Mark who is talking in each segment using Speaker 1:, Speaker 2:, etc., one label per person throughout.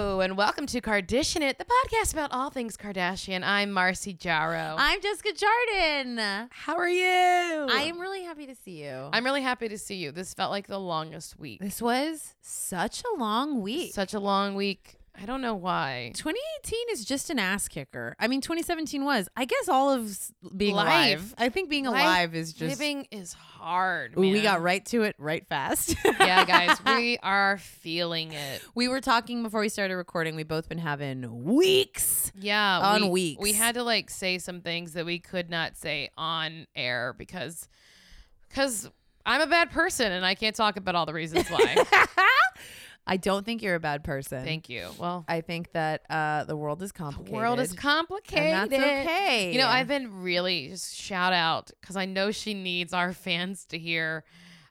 Speaker 1: Welcome to Kardashian It, the podcast about all things Kardashian. I'm Marcy Jarrow.
Speaker 2: I'm Jessica Jardin. I
Speaker 1: How are you?
Speaker 2: am really happy to see you.
Speaker 1: I'm really happy to see you. This felt like the longest week.
Speaker 2: this was such a long week.
Speaker 1: Such a long week. I don't know why.
Speaker 2: 2018 is just an ass kicker. I mean, 2017 was. I guess all of s- being
Speaker 1: Life.
Speaker 2: alive. I think being
Speaker 1: Life,
Speaker 2: alive is just.
Speaker 1: Living is hard.
Speaker 2: Ooh, we
Speaker 1: man.
Speaker 2: got right to it right fast.
Speaker 1: yeah, guys, we are feeling it.
Speaker 2: we were talking before we started recording. We've both been having weeks.
Speaker 1: Yeah,
Speaker 2: On
Speaker 1: we,
Speaker 2: weeks.
Speaker 1: we had to like say some things that we could not say on air because because I'm a bad person and I can't talk about all the reasons why.
Speaker 2: I don't think you're a bad person.
Speaker 1: Thank you. Well,
Speaker 2: I think that uh, the world is complicated.
Speaker 1: world is complicated.
Speaker 2: And that's okay.
Speaker 1: You know, I've been really just shout out because I know she needs our fans to hear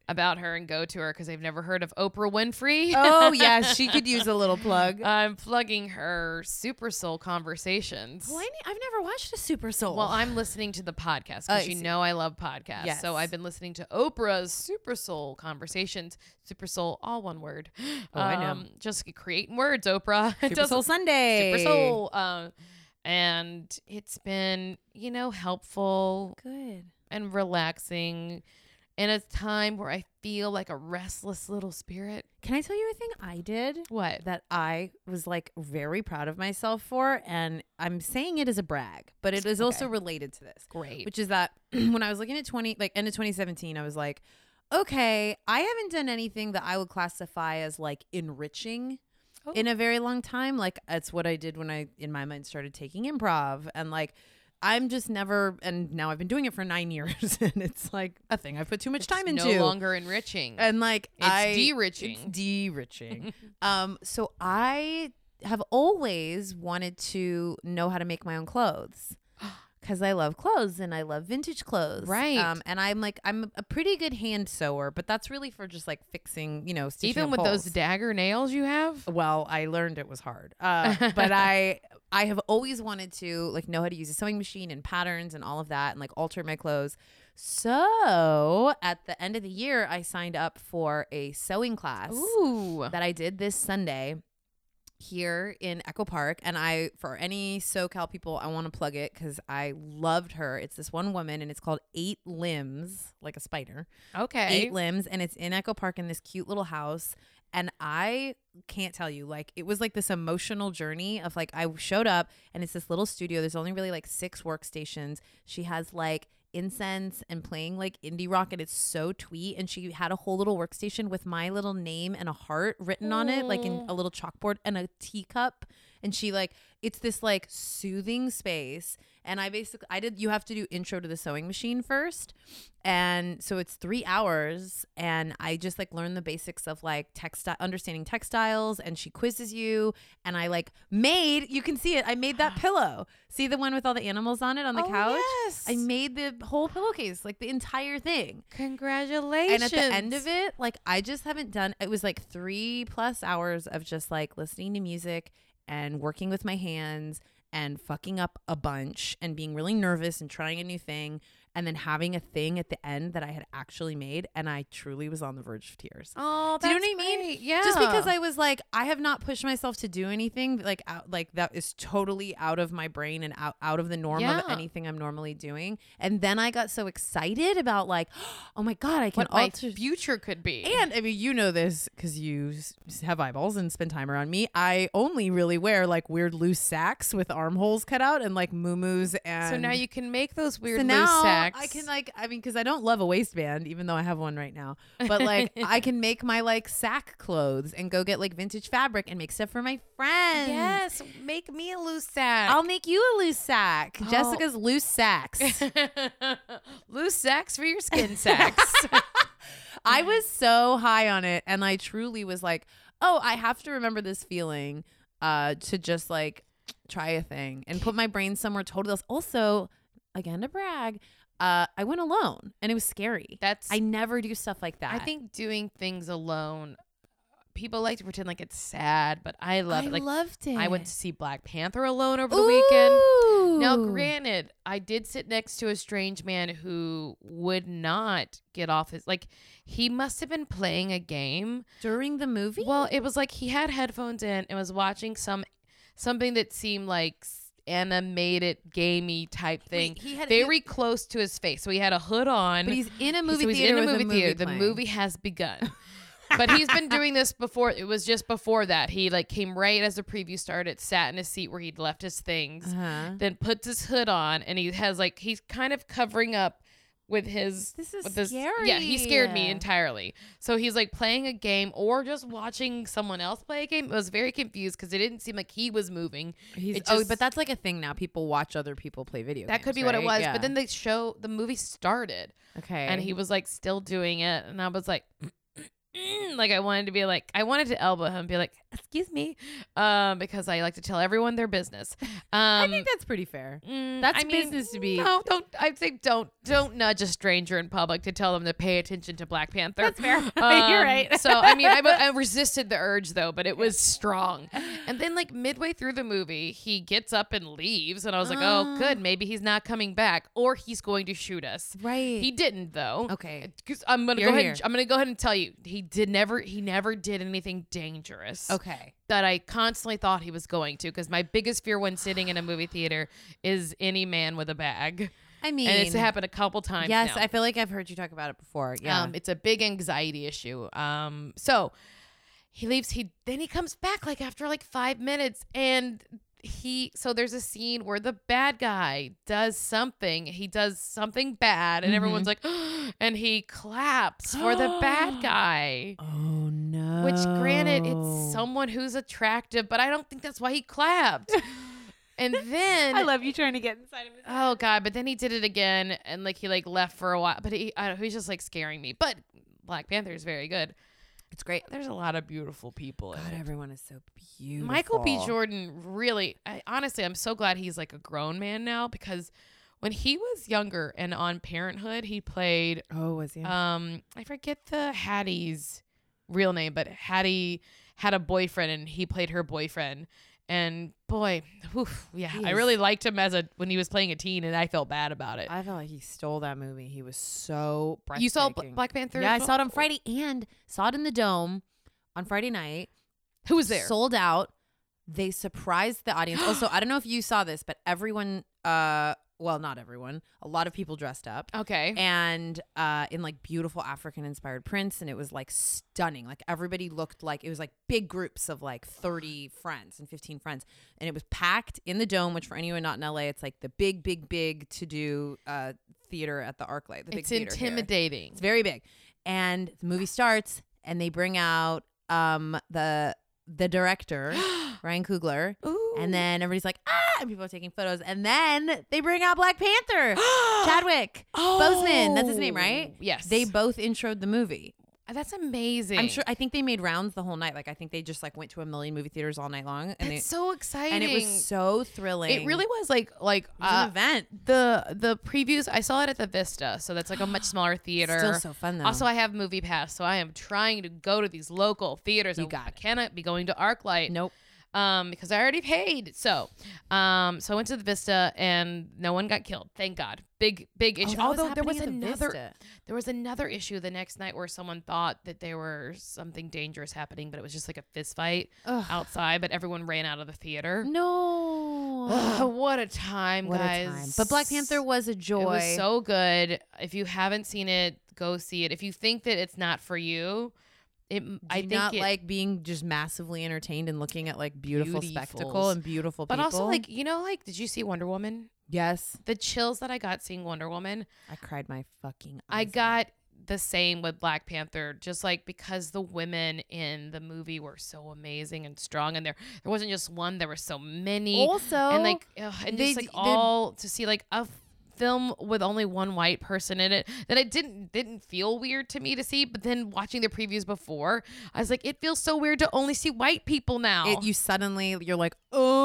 Speaker 1: about her and go to her because they've never heard of Oprah Winfrey.
Speaker 2: oh yes, she could use a little plug.
Speaker 1: I'm plugging her Super Soul Conversations.
Speaker 2: Well, I ne- I've never watched a Super Soul.
Speaker 1: Well, I'm listening to the podcast
Speaker 2: I
Speaker 1: because you
Speaker 2: see.
Speaker 1: know I love podcasts.
Speaker 2: Uh, Yes.
Speaker 1: So I've been listening to Oprah's Super Soul Conversations. Super Soul, all one word. Um,
Speaker 2: Oh, I know.
Speaker 1: Just creating words, Oprah. It
Speaker 2: Super
Speaker 1: doesn't-
Speaker 2: Soul Sunday.
Speaker 1: Super Soul. Um, and it's been, you know, helpful
Speaker 2: Good.
Speaker 1: and relaxing in a time where I feel like a restless little spirit.
Speaker 2: Can I tell you a thing I did
Speaker 1: What?
Speaker 2: that I was like very proud of myself for? And I'm saying it as a brag, but it is also
Speaker 1: Okay.
Speaker 2: related to this,
Speaker 1: Great.
Speaker 2: which is that when I was looking at 20, like end of 2017, I was like, okay, I haven't done anything that I would classify as like enriching
Speaker 1: Oh.
Speaker 2: in a very long time. Like that's what I did when I, in my mind, started taking improv and like. I'm just never, and now I've been doing it for nine years, and it's like a thing I've put too much time
Speaker 1: It's
Speaker 2: into.
Speaker 1: no longer enriching.
Speaker 2: and like
Speaker 1: It's
Speaker 2: I,
Speaker 1: de-riching.
Speaker 2: It's de-riching. um, so I have always wanted to know how to make my own clothes because I love clothes and I love vintage clothes,
Speaker 1: Right.
Speaker 2: Um, and I'm like I'm a pretty good hand sewer, but that's really for just like fixing, you know, stitching
Speaker 1: Even
Speaker 2: up
Speaker 1: with
Speaker 2: holes.
Speaker 1: those dagger nails you have.
Speaker 2: well, I learned it was hard, uh, but I I have always wanted to like know how to use a sewing machine and patterns and all of that and like alter my clothes. So at the end of the year, I signed up for a sewing class
Speaker 1: Ooh.
Speaker 2: that I did this Sunday here in Echo Park. And I, for any SoCal people, I want to plug it because I loved her. It's this one woman and it's called Eight Limbs, like a spider,
Speaker 1: Okay.
Speaker 2: Eight Limbs. And it's in Echo Park in this cute little house. And I can't tell you, like, it was like this emotional journey of like, I showed up and it's this little studio. There's only really like six workstations. She has like, incense and playing like indie rock and it's so tweet and she had a whole little workstation with my little name and a heart written on it like in
Speaker 1: Aw.
Speaker 2: a little chalkboard and a teacup and she like it's this like soothing space and i basically i did you have to do intro to the sewing machine first and so it's three hours and i just like learned the basics of like textile understanding textiles and she quizzes you and i like made you can see it i made that pillow see the one with all the animals on it on the
Speaker 1: Oh,
Speaker 2: couch
Speaker 1: yes.
Speaker 2: i made the whole pillowcase like the entire thing
Speaker 1: Congratulations.
Speaker 2: and at the end of it, like I just haven't done it was like three plus hours of just like listening to music and working with my hands and fucking up a bunch and being really nervous and trying a new thing and then having a thing at the end that I had actually made and I truly was on the verge of tears.
Speaker 1: Oh,
Speaker 2: Do you know
Speaker 1: that's
Speaker 2: what I mean?
Speaker 1: great. Yeah.
Speaker 2: Just because I was like, I have not pushed myself to do anything like out, like that is totally out of my brain and out, out of the norm
Speaker 1: Yeah.
Speaker 2: of anything I'm normally doing. And then I got so excited about like, oh my god, I can
Speaker 1: what my
Speaker 2: alter
Speaker 1: future could be.
Speaker 2: and I mean, you know this because you s- have eyeballs and spend time around me. I only really wear like weird loose sacks with armholes cut out and like muumuus and.
Speaker 1: so now you can make those
Speaker 2: So
Speaker 1: weird loose
Speaker 2: now
Speaker 1: sacks.
Speaker 2: I can like I mean because I don't love a waistband even though I have one right now but like I can make my like sack clothes and go get like vintage fabric and make stuff for my friends.
Speaker 1: Yes, make me a loose sack.
Speaker 2: I'll make you a loose sack.
Speaker 1: Oh.
Speaker 2: Jessica's loose sacks.
Speaker 1: loose sacks for your skin sacks.
Speaker 2: I was so high on it, and I truly was like, "Oh, I have to remember this feeling uh, to just like try a thing and put my brain somewhere totally else." Also, again to brag, uh, I went alone, and it was scary.
Speaker 1: That's
Speaker 2: I never do stuff like that.
Speaker 1: I think doing things alone. People like to pretend like it's sad, but I love
Speaker 2: I
Speaker 1: it. Like
Speaker 2: loved it.
Speaker 1: I went to see Black Panther alone over the weekend. Now,
Speaker 2: Ooh.
Speaker 1: granted, I did sit next to a strange man who would not get off his like. He must have been playing a game.
Speaker 2: during the movie.
Speaker 1: Well, it was like he had headphones in and was watching some something that seemed like s- animated, gamey type thing.
Speaker 2: he had- he-
Speaker 1: very close to his face. So he had a hood on.
Speaker 2: But he's in a
Speaker 1: He-
Speaker 2: movie
Speaker 1: so he's
Speaker 2: theater.
Speaker 1: in a
Speaker 2: with
Speaker 1: movie, theater.
Speaker 2: playing.
Speaker 1: The movie has begun. but he's been doing this before. It was just before that. He like came right as the preview started, sat in his seat where he'd left his things,
Speaker 2: Uh-huh.
Speaker 1: then puts his hood on, and he has like he's kind of covering up with his.
Speaker 2: This is
Speaker 1: with his-
Speaker 2: scary.
Speaker 1: Yeah, he scared me entirely. So he's like playing a game or just watching someone else play a game. I was very confused because it didn't seem like he was moving.
Speaker 2: He's,
Speaker 1: It
Speaker 2: oh,
Speaker 1: just-
Speaker 2: but that's like a thing now. People watch other people play video.
Speaker 1: That
Speaker 2: games,
Speaker 1: could be what it
Speaker 2: right?
Speaker 1: was.
Speaker 2: Yeah.
Speaker 1: But then the show, the movie started.
Speaker 2: okay,
Speaker 1: and he was like still doing it and i was like like i wanted to be like i wanted to elbow him and be like excuse me um because i like to tell everyone their business um
Speaker 2: I think that's pretty fair.
Speaker 1: mm,
Speaker 2: That's
Speaker 1: I mean,
Speaker 2: business to be.
Speaker 1: no don't i say don't don't nudge a stranger in public to tell them to pay attention to black panther
Speaker 2: That's fair. You're
Speaker 1: Um,
Speaker 2: right.
Speaker 1: so I mean, I, I resisted the urge though, but it was strong. And then like midway through the movie, he gets up and leaves, and I was like, oh,
Speaker 2: Oh.
Speaker 1: good, maybe he's not coming back, or he's going to shoot us.
Speaker 2: right.
Speaker 1: He didn't though.
Speaker 2: okay.
Speaker 1: Because I'm gonna
Speaker 2: You're
Speaker 1: go ahead.
Speaker 2: here.
Speaker 1: And, I'm gonna go ahead and tell you, he did never. He never did anything dangerous.
Speaker 2: Okay.
Speaker 1: That I constantly thought he was going to. Because my biggest fear when sitting in a movie theater is any man with a bag,
Speaker 2: I mean,
Speaker 1: and it's happened a couple times.
Speaker 2: Yes,
Speaker 1: now.
Speaker 2: I feel like I've heard you talk about it before. Yeah.
Speaker 1: Um, it's a big anxiety issue. Um, so he leaves. He then he comes back like after like five minutes, and he so there's a scene where the bad guy does something. He does something bad, and everyone's like,
Speaker 2: Mm-hmm.
Speaker 1: and he claps for the bad guy.
Speaker 2: oh no.
Speaker 1: Which, granted, it's someone who's attractive, but I don't think that's why he clapped. and then
Speaker 3: I love you trying to get inside of his
Speaker 1: Oh god, but then he did it again, and like he like left for a while. But he, I don't, he's just like scaring me. But Black Panther is very good.
Speaker 2: It's great.
Speaker 1: There's a lot of beautiful people.
Speaker 2: God,
Speaker 1: in it.
Speaker 2: everyone is so beautiful.
Speaker 1: Michael B. Jordan really, I, honestly, I'm so glad he's like a grown man now because when he was younger and on Parenthood, he played
Speaker 2: Oh, was he?
Speaker 1: um I forget the Hattie's real name, but Hattie had a boyfriend and he played her boyfriend. And boy, oof, yeah,
Speaker 2: He
Speaker 1: I
Speaker 2: is-
Speaker 1: really liked him as a when he was playing a teen, and I felt bad about it.
Speaker 2: I felt like he stole that movie. He was so breathtaking.
Speaker 1: You saw Bla- Black Panther?
Speaker 2: Yeah, I saw it on Friday and saw it in the dome on Friday night.
Speaker 1: Who was there?
Speaker 2: Sold out. They surprised the audience. also, I don't know if you saw this, but everyone, uh, well, not everyone, a lot of people dressed up.
Speaker 1: okay.
Speaker 2: and uh, in like beautiful African inspired prints. And it was like stunning. Like everybody looked like it was like big groups of like 30 friends and 15 friends. And it was packed in the dome, which for anyone not in LA, it's like the big, big, big to do uh, theater at the Arclight. The big
Speaker 1: it's
Speaker 2: theater here.
Speaker 1: intimidating.
Speaker 2: It's very big. And the movie starts and they bring out um, the the director, Ryan Coogler. And then everybody's like, ah, and people are taking photos. And then they bring out Black Panther, Chadwick. Boseman, that's his name, right?
Speaker 1: Oh, Yes.
Speaker 2: They both introed the movie.
Speaker 1: That's amazing.
Speaker 2: I'm sure. I think they made rounds the whole night. Like I think they just like went to a million movie theaters all night long, and
Speaker 1: That's
Speaker 2: they,
Speaker 1: so exciting.
Speaker 2: and it was so thrilling.
Speaker 1: It really was like like
Speaker 2: It was an
Speaker 1: uh,
Speaker 2: event.
Speaker 1: the the previews. I saw it at the Vista, so that's like a much smaller theater.
Speaker 2: Still so fun though.
Speaker 1: also, I have Movie Pass, so I am trying to go to these local theaters.
Speaker 2: You
Speaker 1: I-
Speaker 2: got
Speaker 1: I
Speaker 2: it.
Speaker 1: cannot be going to ArcLight.
Speaker 2: nope.
Speaker 1: um, because I already paid. So, um, so I went to the Vista and no one got killed. Thank God. Big, big issue.
Speaker 2: that was
Speaker 1: Oh, Although there
Speaker 2: happening
Speaker 1: was
Speaker 2: at the
Speaker 1: another,
Speaker 2: Vista.
Speaker 1: there was another issue the next night where someone thought that there were something dangerous happening, but it was just like a fist fight
Speaker 2: Ugh.
Speaker 1: outside. But everyone ran out of the theater.
Speaker 2: No.
Speaker 1: Ugh, what a time,
Speaker 2: what
Speaker 1: guys!
Speaker 2: a time. But Black Panther was a joy.
Speaker 1: It was so good. If you haven't seen it, go see it. If you think that it's not for you, it.
Speaker 2: Do
Speaker 1: I
Speaker 2: you
Speaker 1: think
Speaker 2: not
Speaker 1: it,
Speaker 2: like being just massively entertained and looking at like beautiful spectacle
Speaker 1: Beautifuls.
Speaker 2: and beautiful
Speaker 1: But
Speaker 2: people.
Speaker 1: also, like you know, like did you see Wonder Woman?
Speaker 2: yes,
Speaker 1: the chills that I got seeing Wonder Woman,
Speaker 2: I cried my fucking.
Speaker 1: I
Speaker 2: eyes out.
Speaker 1: got the same with Black Panther, just like because the women in the movie were so amazing and strong, and there there wasn't just one, there were so many,
Speaker 2: also
Speaker 1: and like ugh, and
Speaker 2: they
Speaker 1: just like
Speaker 2: d- they-
Speaker 1: all to see like a f- film with only one white person in it that it didn't didn't feel weird to me to see, but then watching the previews before, I was like, it feels so weird to only see white people now.
Speaker 2: it, you suddenly you're like, oh,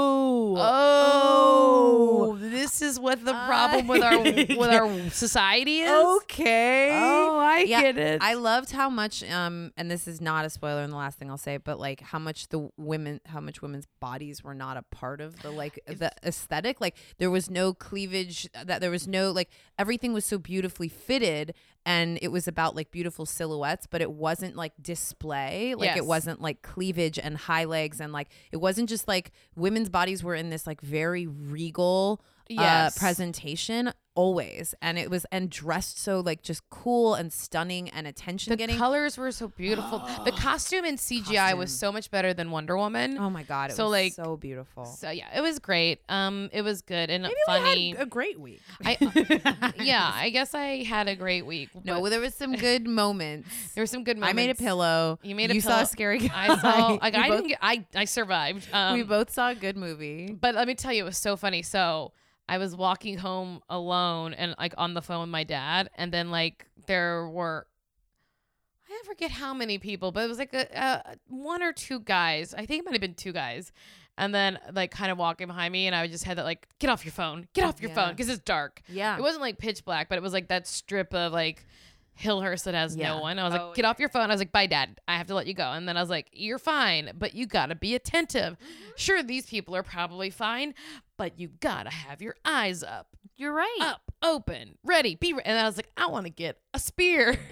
Speaker 1: Oh, this is what the problem with our
Speaker 2: I-
Speaker 1: with our society is.
Speaker 3: Okay.
Speaker 2: Oh,
Speaker 3: I
Speaker 2: Yeah,
Speaker 3: get it.
Speaker 2: I loved how much um, and this is not a spoiler, and the last thing I'll say, but like how much the women, how much women's bodies were not a part of the like the uh, aesthetic. Like there was no cleavage, that there was no like everything was so beautifully fitted, and it was about like beautiful silhouettes, but it wasn't like display. Like
Speaker 1: Yes.
Speaker 2: it wasn't like cleavage and high legs and like it wasn't just like women's bodies were in this like very regal
Speaker 1: Yes.
Speaker 2: uh, presentation always, and it was and dressed so like just cool and stunning and attention
Speaker 1: The
Speaker 2: getting.
Speaker 1: colors were so beautiful. the costume in CGI was
Speaker 2: Costume.
Speaker 1: so much better than Wonder Woman.
Speaker 2: oh my god! It
Speaker 1: So,
Speaker 2: was
Speaker 1: like,
Speaker 2: so beautiful.
Speaker 1: So yeah, it was great. Um, it was good and
Speaker 2: Maybe we
Speaker 1: funny.
Speaker 2: had a great week.
Speaker 1: I- uh, yeah, I guess I had a great week.
Speaker 2: No,
Speaker 1: but
Speaker 2: well, there was some good moments.
Speaker 1: there were some good
Speaker 2: I
Speaker 1: moments.
Speaker 2: made a pillow.
Speaker 1: You made a
Speaker 2: You saw
Speaker 1: pillow.
Speaker 2: a scary guy.
Speaker 1: I saw. Like,
Speaker 2: We
Speaker 1: I
Speaker 2: both-
Speaker 1: didn't. Get, I I survived. Um,
Speaker 2: we both saw a good movie.
Speaker 1: But let me tell you, it was so funny. So I was walking home alone and like on the phone with my dad, and then like there were. I forget how many people, but it was like a, a one or two guys. I think it might have been two guys, and then like kind of walking behind me, and I just had that like, get off your phone, get off your phone, 'cause phone,
Speaker 2: Yeah.
Speaker 1: because it's dark.
Speaker 2: Yeah.
Speaker 1: It wasn't like pitch black, but it was like that strip of like Hillhurst that has
Speaker 2: Yeah.
Speaker 1: no one. I was
Speaker 3: Oh,
Speaker 1: like, get off your phone. I was like, bye, dad. I have to let you go. And then I was like, you're fine, but you gotta be attentive. Sure, these people are probably fine, but you gotta have your eyes up,
Speaker 3: You're right.
Speaker 1: up, open, ready, be. Re-. And I was like, I want to get a spear.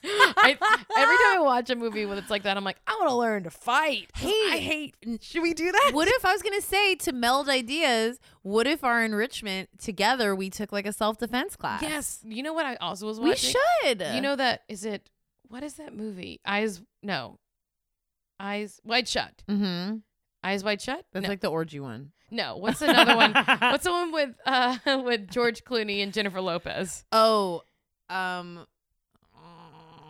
Speaker 1: I, every
Speaker 2: Ah.
Speaker 1: time I watch a movie when it's like that, I'm like, I want to learn to fight. 'cause I hate. Should we do that?
Speaker 2: what if I was gonna say to meld ideas? What if our enrichment together we took like a self defense class?
Speaker 1: Yes. You know what? I also was watching.
Speaker 2: we should.
Speaker 1: You know that is it? What is that movie? Eyes no, eyes wide shut.
Speaker 2: mm-hmm.
Speaker 1: Eyes wide shut.
Speaker 2: that's
Speaker 1: no.
Speaker 2: like the orgy one.
Speaker 1: no. What's another one? What's the one with uh with George Clooney and Jennifer Lopez?
Speaker 2: Oh, um,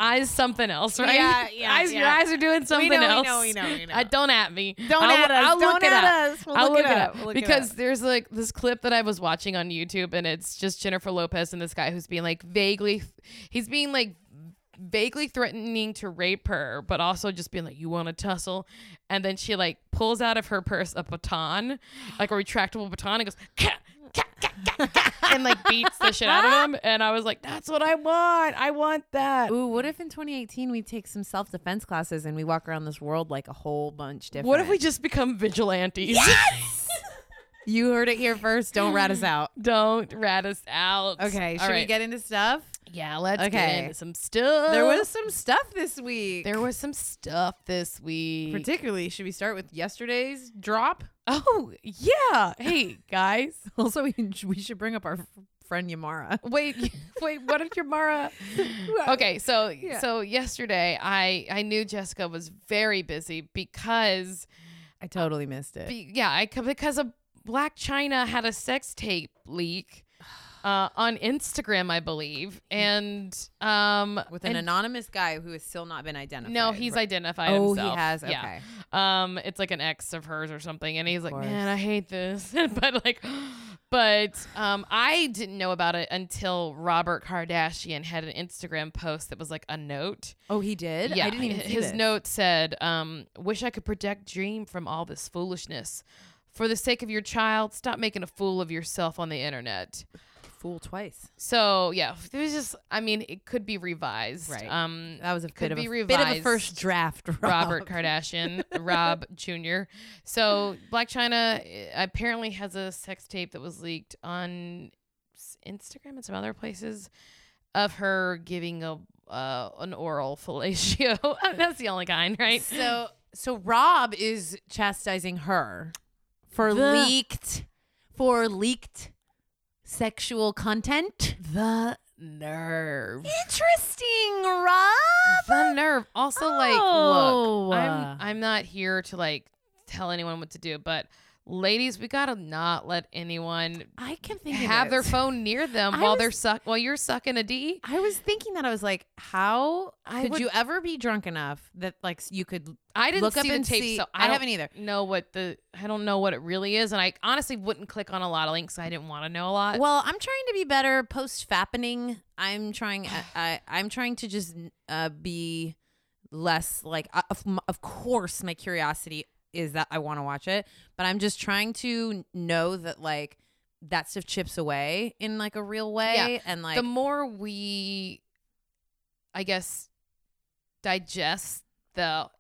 Speaker 1: Eyes something else, right?
Speaker 3: Yeah, yeah,
Speaker 1: Eyes, your
Speaker 3: yeah.
Speaker 1: eyes are doing something
Speaker 3: we know,
Speaker 1: else.
Speaker 3: We know, we know, we know.
Speaker 1: Uh, don't at me.
Speaker 3: don't
Speaker 1: I'll,
Speaker 3: add us.
Speaker 1: I'll
Speaker 3: don't
Speaker 1: look it
Speaker 3: add
Speaker 1: up.
Speaker 3: us. We'll
Speaker 1: I'll
Speaker 3: look, it up. We'll look it up.
Speaker 1: because there's like this clip that I was watching on YouTube, and it's just Jennifer Lopez and this guy who's being like vaguely, he's being like vaguely threatening to rape her, but also just being like, "You want to tussle?" And then she like pulls out of her purse a baton, like a retractable baton, and goes. Ka, ka, ka, ka, ka," and like beats the shit out of him, and I was like, "That's what I want. I want that."
Speaker 2: Ooh, what if in 2018 we take some self defense classes and we walk around this world like a whole bunch different?
Speaker 1: What if we just become vigilantes?
Speaker 2: You heard it here first. Don't rat us out.
Speaker 1: Don't rat us out.
Speaker 2: Okay,
Speaker 1: All
Speaker 2: should we
Speaker 1: right.
Speaker 2: get into stuff? Uh,
Speaker 1: Yeah, let's get
Speaker 2: Okay.
Speaker 1: into some stuff.
Speaker 2: There was some stuff this week.
Speaker 1: there was some stuff this week.
Speaker 2: particularly, should we start with yesterday's drop?
Speaker 1: oh yeah. Hey guys.
Speaker 2: Also, we, we should bring up our f- friend Yamara.
Speaker 1: Wait, wait. What did your Mara? Okay, so
Speaker 2: Yeah.
Speaker 1: so yesterday I I knew Jessica was very busy because
Speaker 2: I totally missed it.
Speaker 1: be, yeah I because a Black China had a sex tape leak uh, on Instagram I believe and um
Speaker 2: with an
Speaker 1: and-
Speaker 2: anonymous guy who has still not been identified.
Speaker 1: no he's
Speaker 2: Right.
Speaker 1: identified
Speaker 2: Oh,
Speaker 1: himself.
Speaker 2: he has. Okay.
Speaker 1: Yeah. um it's like an ex of hers or something and he's like
Speaker 2: course.
Speaker 1: man i hate this but like but um i didn't know about it until robert kardashian had an instagram post that was like a note
Speaker 2: Oh, he did. I didn't even see
Speaker 1: his
Speaker 2: this.
Speaker 1: note said um wish i could protect dream from all this foolishness for the sake of your child stop making a fool of yourself on the internet
Speaker 2: fool twice.
Speaker 1: so yeah there's just i mean it could be revised
Speaker 2: Right.
Speaker 1: um
Speaker 2: That was a
Speaker 1: Could
Speaker 2: bit of
Speaker 1: be
Speaker 2: a, bit of a
Speaker 1: revised.
Speaker 2: first draft. Rob.
Speaker 1: Robert Kardashian, Rob Jr. So Black China eh, apparently has a sex tape that was leaked on s- Instagram and some other places of her giving a uh, an oral fellatio. That's the only kind, right?
Speaker 2: So so Rob is chastising her for
Speaker 1: The-
Speaker 2: leaked for leaked sexual content.
Speaker 1: The nerve.
Speaker 2: Interesting, Rob.
Speaker 1: The nerve. Also, like, look,
Speaker 2: Oh.
Speaker 1: I'm, I'm not here to like tell anyone what to do, but ladies, we gotta not let anyone
Speaker 2: I can think
Speaker 1: have their phone near them
Speaker 2: I
Speaker 1: while
Speaker 2: was-
Speaker 1: they're suck while you're sucking a D.
Speaker 2: I was thinking that I was like, how
Speaker 1: I
Speaker 2: could
Speaker 1: would-
Speaker 2: you ever be drunk enough that like you could
Speaker 1: I didn't
Speaker 2: look
Speaker 1: see
Speaker 2: up
Speaker 1: the
Speaker 2: and
Speaker 1: tape,
Speaker 2: see?
Speaker 1: so
Speaker 2: I,
Speaker 1: I,
Speaker 2: haven't either.
Speaker 1: don't know what the I don't know what it really is, and I honestly wouldn't click on a lot of links. I didn't want to know a lot.
Speaker 2: Well, I'm trying to be better post fappening. I'm trying. I, I I'm trying to just uh, be less like. uh, Of, m- of course, my curiosity is that I want to watch it, but I'm just trying to know that like that stuff chips away in like a real way, and like
Speaker 1: the more we, I guess, digest the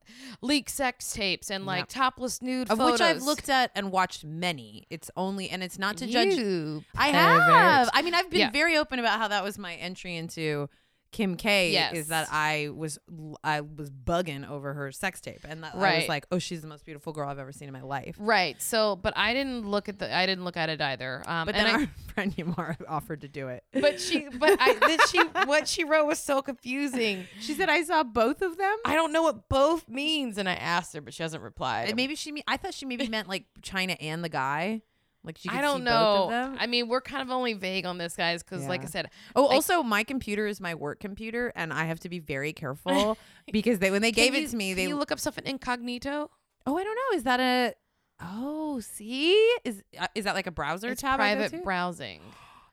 Speaker 1: leak sex tapes and like
Speaker 2: Yep.
Speaker 1: topless nude
Speaker 2: of
Speaker 1: photos.
Speaker 2: which I've looked at and watched many. It's only and it's not to judge.
Speaker 1: You
Speaker 2: I
Speaker 1: pervert.
Speaker 2: have. I mean, I've been
Speaker 1: Yeah.
Speaker 2: very open about how that was my entry into Kim K.
Speaker 1: Yes.
Speaker 2: Is that I was I was bugging over her sex tape, and that I was
Speaker 1: Right.
Speaker 2: like, oh, she's the most beautiful girl I've ever seen in my life.
Speaker 1: Right. So, but I didn't look at the. I didn't look at it either. Um,
Speaker 2: But
Speaker 1: and
Speaker 2: then
Speaker 1: I,
Speaker 2: our friend Yamara offered to do it.
Speaker 1: but she, but I, then she, what she wrote was so confusing.
Speaker 2: she said I saw both of them.
Speaker 1: I don't know what both means, and I asked her, but she hasn't replied.
Speaker 2: And maybe she. me- I thought she maybe meant like China and the guy. Like she. Could
Speaker 1: I don't
Speaker 2: see
Speaker 1: know.
Speaker 2: Both of them.
Speaker 1: I mean, we're kind of only vague on this, guys, because like I
Speaker 2: Yeah.
Speaker 1: said,
Speaker 2: Oh,
Speaker 1: Like-
Speaker 2: also, my computer is my work computer, and I have to be very careful because they when they gave
Speaker 1: Can
Speaker 2: it
Speaker 1: you-
Speaker 2: to me,
Speaker 1: can
Speaker 2: they
Speaker 1: you look up stuff in incognito.
Speaker 2: oh, I don't know, is that a oh, see, is uh, is that like a browser
Speaker 1: It's
Speaker 2: tab? I go
Speaker 1: private
Speaker 2: to?
Speaker 1: browsing,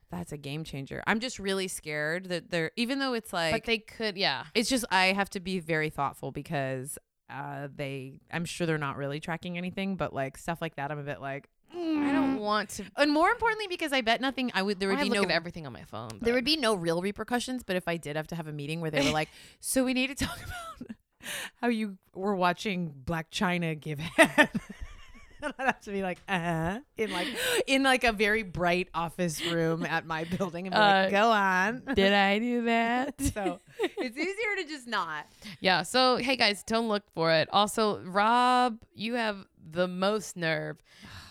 Speaker 2: That's a game changer. I'm just really scared that they're even though it's like
Speaker 1: but they could, yeah.
Speaker 2: it's just I have to be very thoughtful because uh they I'm sure they're not really tracking anything, but like stuff like that, I'm a bit like Mm.
Speaker 1: I don't want to.
Speaker 2: and more importantly because I bet nothing. I would there would
Speaker 1: I
Speaker 2: be
Speaker 1: look
Speaker 2: no
Speaker 1: at everything on my phone.
Speaker 2: There
Speaker 1: but-
Speaker 2: would be no real repercussions, but if I did have to have a meeting where they were like, "So we need to talk about how you were watching Black China give head," And I'd have to be like, "Uh huh," in like in like a very bright office room at my building, and be
Speaker 1: Uh,
Speaker 2: like, "Go on."
Speaker 1: Did I do that?
Speaker 2: so it's easier to just not.
Speaker 1: Yeah. So, hey guys, don't look for it. Also, Rob, you have the most nerve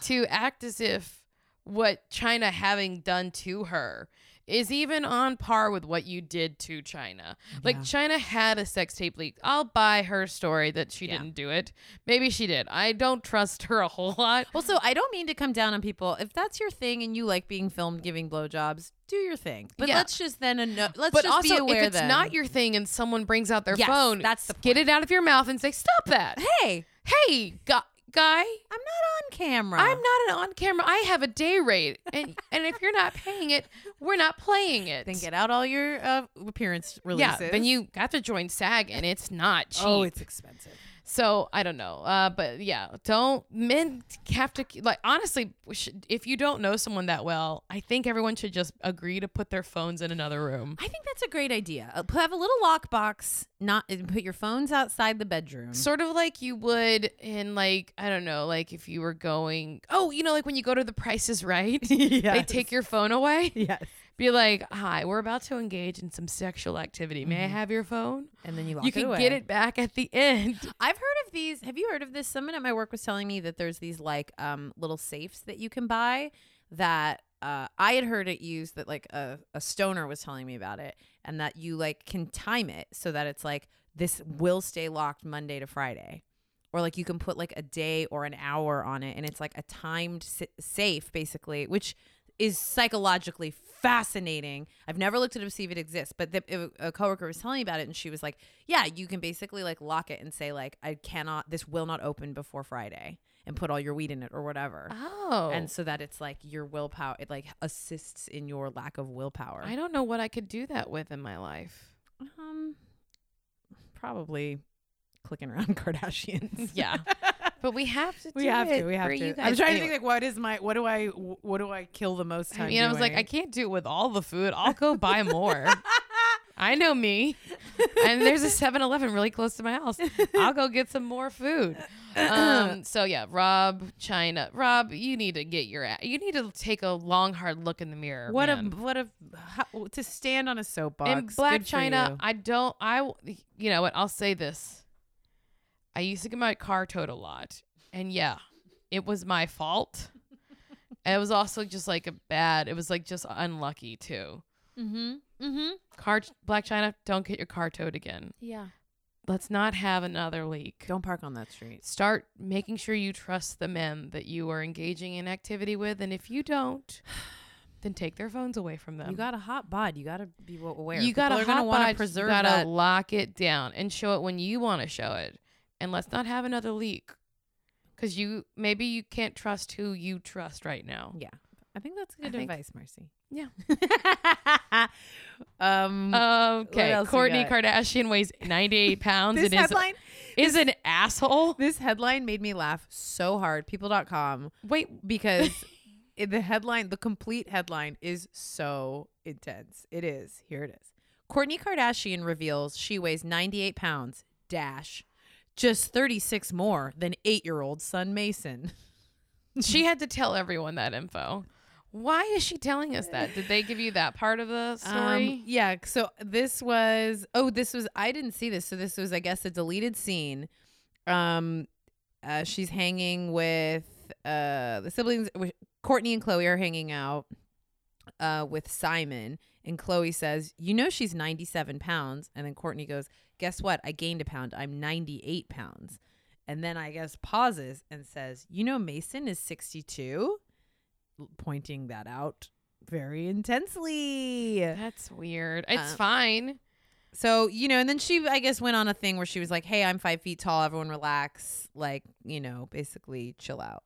Speaker 1: to act as if what China having done to her is even on par with what you did to China. Like,
Speaker 2: Yeah.
Speaker 1: China had a sex tape leak. I'll buy her story that she
Speaker 2: Yeah.
Speaker 1: didn't do it. Maybe she did. I don't trust her a whole lot.
Speaker 2: Also, I don't mean to come down on people. If that's your thing and you like being filmed giving blowjobs, do your thing. But
Speaker 1: Yeah.
Speaker 2: let's just then ano- let's
Speaker 1: but
Speaker 2: just
Speaker 1: also,
Speaker 2: be aware
Speaker 1: if it's
Speaker 2: then.
Speaker 1: not your thing and someone brings out their
Speaker 2: Yes,
Speaker 1: phone,
Speaker 2: that's the
Speaker 1: get it out of your mouth and say, "Stop that!
Speaker 2: hey,
Speaker 1: Hey, gu- guy,
Speaker 2: I'm not on camera.
Speaker 1: I'm not an on camera. I have a day rate, and and if you're not paying it, we're not playing it.
Speaker 2: Then get out all your uh, appearance
Speaker 1: yeah,
Speaker 2: releases.
Speaker 1: then you got to join SAG, and it's not cheap.
Speaker 2: Oh, it's expensive.
Speaker 1: so I don't know, uh, but yeah, don't men have to like honestly. we should- If you don't know someone that well, I think everyone should just agree to put their phones in another room.
Speaker 2: I think that's a great idea. Uh, Have a little lockbox. Not and put your phones outside the bedroom.
Speaker 1: Sort of like you would in like I don't know, like if you were going, oh, you know, like when you go to The Price is Right, they
Speaker 2: Yes.
Speaker 1: take your phone away.
Speaker 2: yes,
Speaker 1: be like, "Hi, we're about to engage in some sexual activity. May I
Speaker 3: Mm-hmm.
Speaker 1: have your phone?"
Speaker 2: and then you lock
Speaker 1: You
Speaker 2: it
Speaker 1: can
Speaker 2: away.
Speaker 1: get it back at the end.
Speaker 2: I've heard of these. Have you heard of this? Someone at my work was telling me that there's these like um little safes that you can buy that uh, I had heard it used that like a, a stoner was telling me about it and that you like can time it so that it's like this will stay locked Monday to Friday. Or like you can put like a day or an hour on it and it's like a timed si- safe basically, which is psychologically fascinating. I've never looked it up to see if it exists, but the, it- a coworker was telling me about it, and she was like, "Yeah, you can basically like lock it and say like I cannot, this will not open before Friday, and put all your weed in it or whatever."
Speaker 1: Oh,
Speaker 2: And so that it's like your willpower, it like assists in your lack of willpower.
Speaker 1: I don't know what I could do that with in my life.
Speaker 2: um, probably clicking around Kardashians.
Speaker 1: Yeah, but we have to.
Speaker 3: We
Speaker 1: do
Speaker 3: have
Speaker 1: it
Speaker 3: to. We have
Speaker 1: for
Speaker 3: to.
Speaker 1: You guys.
Speaker 3: I'm trying to
Speaker 1: Anyway,
Speaker 3: think like what is my what do I what do I kill the most time?
Speaker 1: I mean, I was like, I
Speaker 3: doing?
Speaker 1: can't do it with all the food. I'll go buy more. I know me. And there's a 7 Eleven really close to my house. I'll go get some more food. Um, so, yeah, Rob, China. Rob, you need to get your, a- you need to take a long, hard look in the mirror.
Speaker 2: What
Speaker 1: man.
Speaker 2: a what a how, to stand on a soapbox.
Speaker 1: In Black
Speaker 2: Good for
Speaker 1: China,
Speaker 2: you.
Speaker 1: I don't. I w- you know what? I'll say this. I used to get my car towed a lot, and yeah, it was my fault. and it was also just like a bad. It was like just unlucky too.
Speaker 2: Mm-hmm. Mm-hmm.
Speaker 1: Car Black China, don't get your car towed again.
Speaker 2: Yeah.
Speaker 1: Let's not have another leak.
Speaker 2: Don't park on that street.
Speaker 1: Start making sure you trust the men that you are engaging in activity with, and if you don't, then take their phones away from them.
Speaker 2: You got a hot bod. You got to be wa- aware.
Speaker 1: You got
Speaker 2: People
Speaker 1: to
Speaker 2: are gonna
Speaker 1: hot
Speaker 2: wanna
Speaker 1: bod.
Speaker 2: preserve
Speaker 1: you got
Speaker 2: that.
Speaker 1: to lock it down and show it when you want to show it, and let's not have another leak. Because you maybe you can't trust who you trust right now.
Speaker 2: yeah, I think that's good
Speaker 1: I think-
Speaker 2: advice, Marcy.
Speaker 1: Yeah.
Speaker 2: um,
Speaker 1: Okay,
Speaker 2: else we
Speaker 1: Courtney
Speaker 2: got?
Speaker 1: Kardashian weighs ninety eight pounds
Speaker 2: this
Speaker 1: and is
Speaker 2: headline,
Speaker 1: is an asshole.
Speaker 2: this headline made me laugh so hard. People.com
Speaker 1: Wait,
Speaker 2: because it- the headline, the complete headline, is so intense. It is. Here it is. Courtney Kardashian reveals she weighs 98 pounds. Dash. just 36 more than eight year old son Mason.
Speaker 1: she had to tell everyone that info. Why is she telling us that? Did they give you that part of the story?
Speaker 2: Um, yeah. So this was oh, this was I didn't see this. So this was I guess a deleted scene. Um, uh, she's hanging with uh the siblings. with- Courtney and Chloe are hanging out uh with Simon, and Chloe says, "You know she's ninety seven pounds," and then Courtney goes, "Guess what? I gained a pound. I'm ninety eight pounds." And then I guess pauses and says, "You know Mason is sixty two, pointing that out very intensely.
Speaker 1: That's weird. It's
Speaker 2: Um,
Speaker 1: fine.
Speaker 2: So, you know, and then she, I guess, went on a thing where she was like, hey, I'm five feet tall. Everyone relax. Like, you know, basically chill out.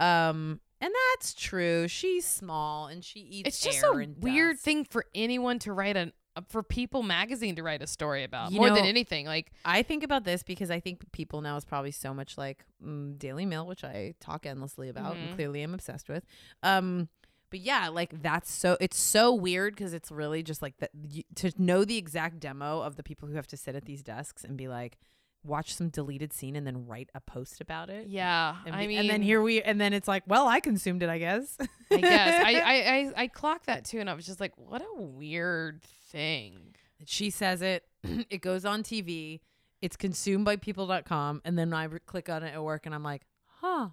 Speaker 2: Um, and that's true. She's small and she eats.
Speaker 1: It's just
Speaker 2: air
Speaker 1: a
Speaker 2: and
Speaker 1: weird
Speaker 2: dust.
Speaker 1: thing for anyone to write an uh, for People magazine to write a story about
Speaker 2: You
Speaker 1: more than
Speaker 2: know-
Speaker 1: anything. Like
Speaker 2: I think about this because I think people now is probably so much like mm, Daily Mail, which I talk endlessly about
Speaker 1: Mhm.
Speaker 2: and clearly I'm obsessed with. Um, but yeah, like that's so it's so weird because it's really just like that you- to know the exact demo of the people who have to sit at these desks and be like, watch some deleted scene and then write a post about it.
Speaker 1: yeah,
Speaker 2: uh, And,
Speaker 1: I
Speaker 2: be-
Speaker 1: mean,
Speaker 3: and then here we, and then it's like, well, I consumed it, I guess.
Speaker 1: I guess I, I I I clocked that too, and I was just like, what a weird thing.
Speaker 2: she says it. it goes on TV. It's consumed by people.com. And then I re- click on it at work and I'm like, huh.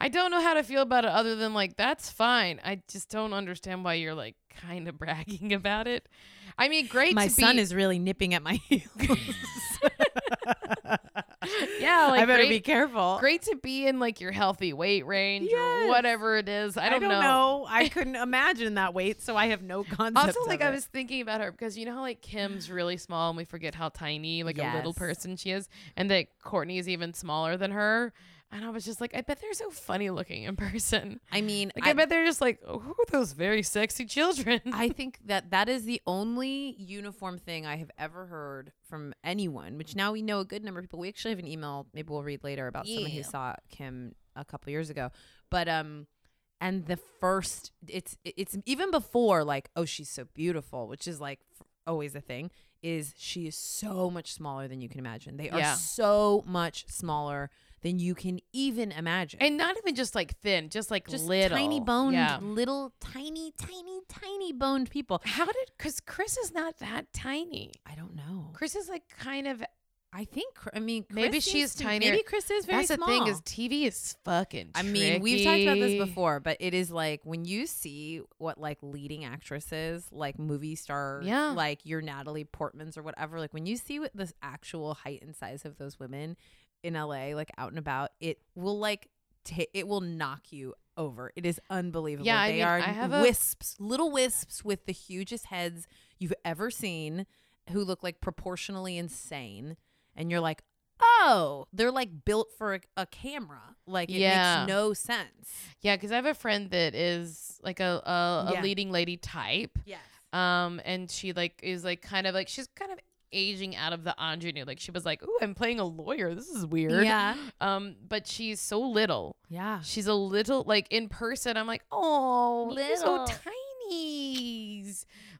Speaker 1: I don't know how to feel about it other than like that's fine. I just don't understand why you're like kind of bragging about it. I mean, great.
Speaker 2: my
Speaker 1: to
Speaker 2: son
Speaker 1: be,
Speaker 2: is really nipping at my heels.
Speaker 1: yeah. Like
Speaker 3: I better be
Speaker 1: great,
Speaker 3: careful.
Speaker 1: great to be in like your healthy weight range or
Speaker 3: Yes.
Speaker 1: whatever it is. I
Speaker 3: I
Speaker 1: don't,
Speaker 3: don't, know. I couldn't imagine that weight, so I have no concept.
Speaker 1: Also,
Speaker 3: of
Speaker 1: like I
Speaker 3: it.
Speaker 1: was thinking about her because you know how like Kim's really small and we forget how tiny, like a little
Speaker 2: Yes.
Speaker 1: person she is, and that Courtney is even smaller than her. And I was just like, I bet they're so funny looking in person.
Speaker 2: I mean,
Speaker 1: Like I,
Speaker 2: I,
Speaker 1: bet they're just like, who are those very sexy children?
Speaker 2: I think that that is the only uniform thing I have ever heard from anyone. Which now we know a good number of people. We actually have an email. Maybe we'll read later about someone who
Speaker 1: Yeah.
Speaker 2: saw Kim a couple years ago. But um, and the first, it's it's even before like, oh, she's so beautiful, which is like f- always a thing. Is she is so much smaller than you can imagine. They are
Speaker 1: Yeah.
Speaker 2: so much smaller than you can even imagine.
Speaker 1: and not even just like thin, just like
Speaker 2: just
Speaker 1: little
Speaker 2: tiny boned,
Speaker 1: Yeah.
Speaker 2: little tiny, tiny, tiny boned people.
Speaker 1: How did? Because Chris is not that tiny.
Speaker 2: I don't know.
Speaker 1: Chris is like kind of.
Speaker 2: I think. Chr- I mean, Chris
Speaker 1: Maybe
Speaker 2: seems
Speaker 1: she's
Speaker 2: to-
Speaker 1: tinier.
Speaker 2: Maybe Chris is very
Speaker 1: That's
Speaker 2: small.
Speaker 1: the thing is TV is fucking.
Speaker 2: I mean, we've talked about this
Speaker 1: tricky.
Speaker 2: before, but it is like when you see what like leading actresses, like movie star,
Speaker 1: Yeah.
Speaker 2: like your Natalie Portman's or whatever, like when you see what the actual height and size of those women in LA, like out and about, it will like ta it will knock you over. It is unbelievable.
Speaker 1: Yeah, I
Speaker 2: they
Speaker 1: mean,
Speaker 2: are
Speaker 1: I have a-
Speaker 2: wisps, little wisps with the hugest heads you've ever seen, who look like proportionally insane, and you're like. Oh, they're like built for a, a camera. Like it
Speaker 1: Yeah.
Speaker 2: makes no sense.
Speaker 1: Yeah, because I have a friend that is like a a, a
Speaker 3: Yeah.
Speaker 1: leading lady type,
Speaker 2: Yes.
Speaker 1: um, and she like is like kind of like she's kind of aging out of the ingenue. Like she was like, "Ooh, I'm playing a lawyer. This is weird."
Speaker 2: Yeah.
Speaker 1: Um, but she's so little.
Speaker 2: Yeah.
Speaker 1: She's a little like in person. I'm like, oh, you're so
Speaker 2: Little.
Speaker 1: tiny.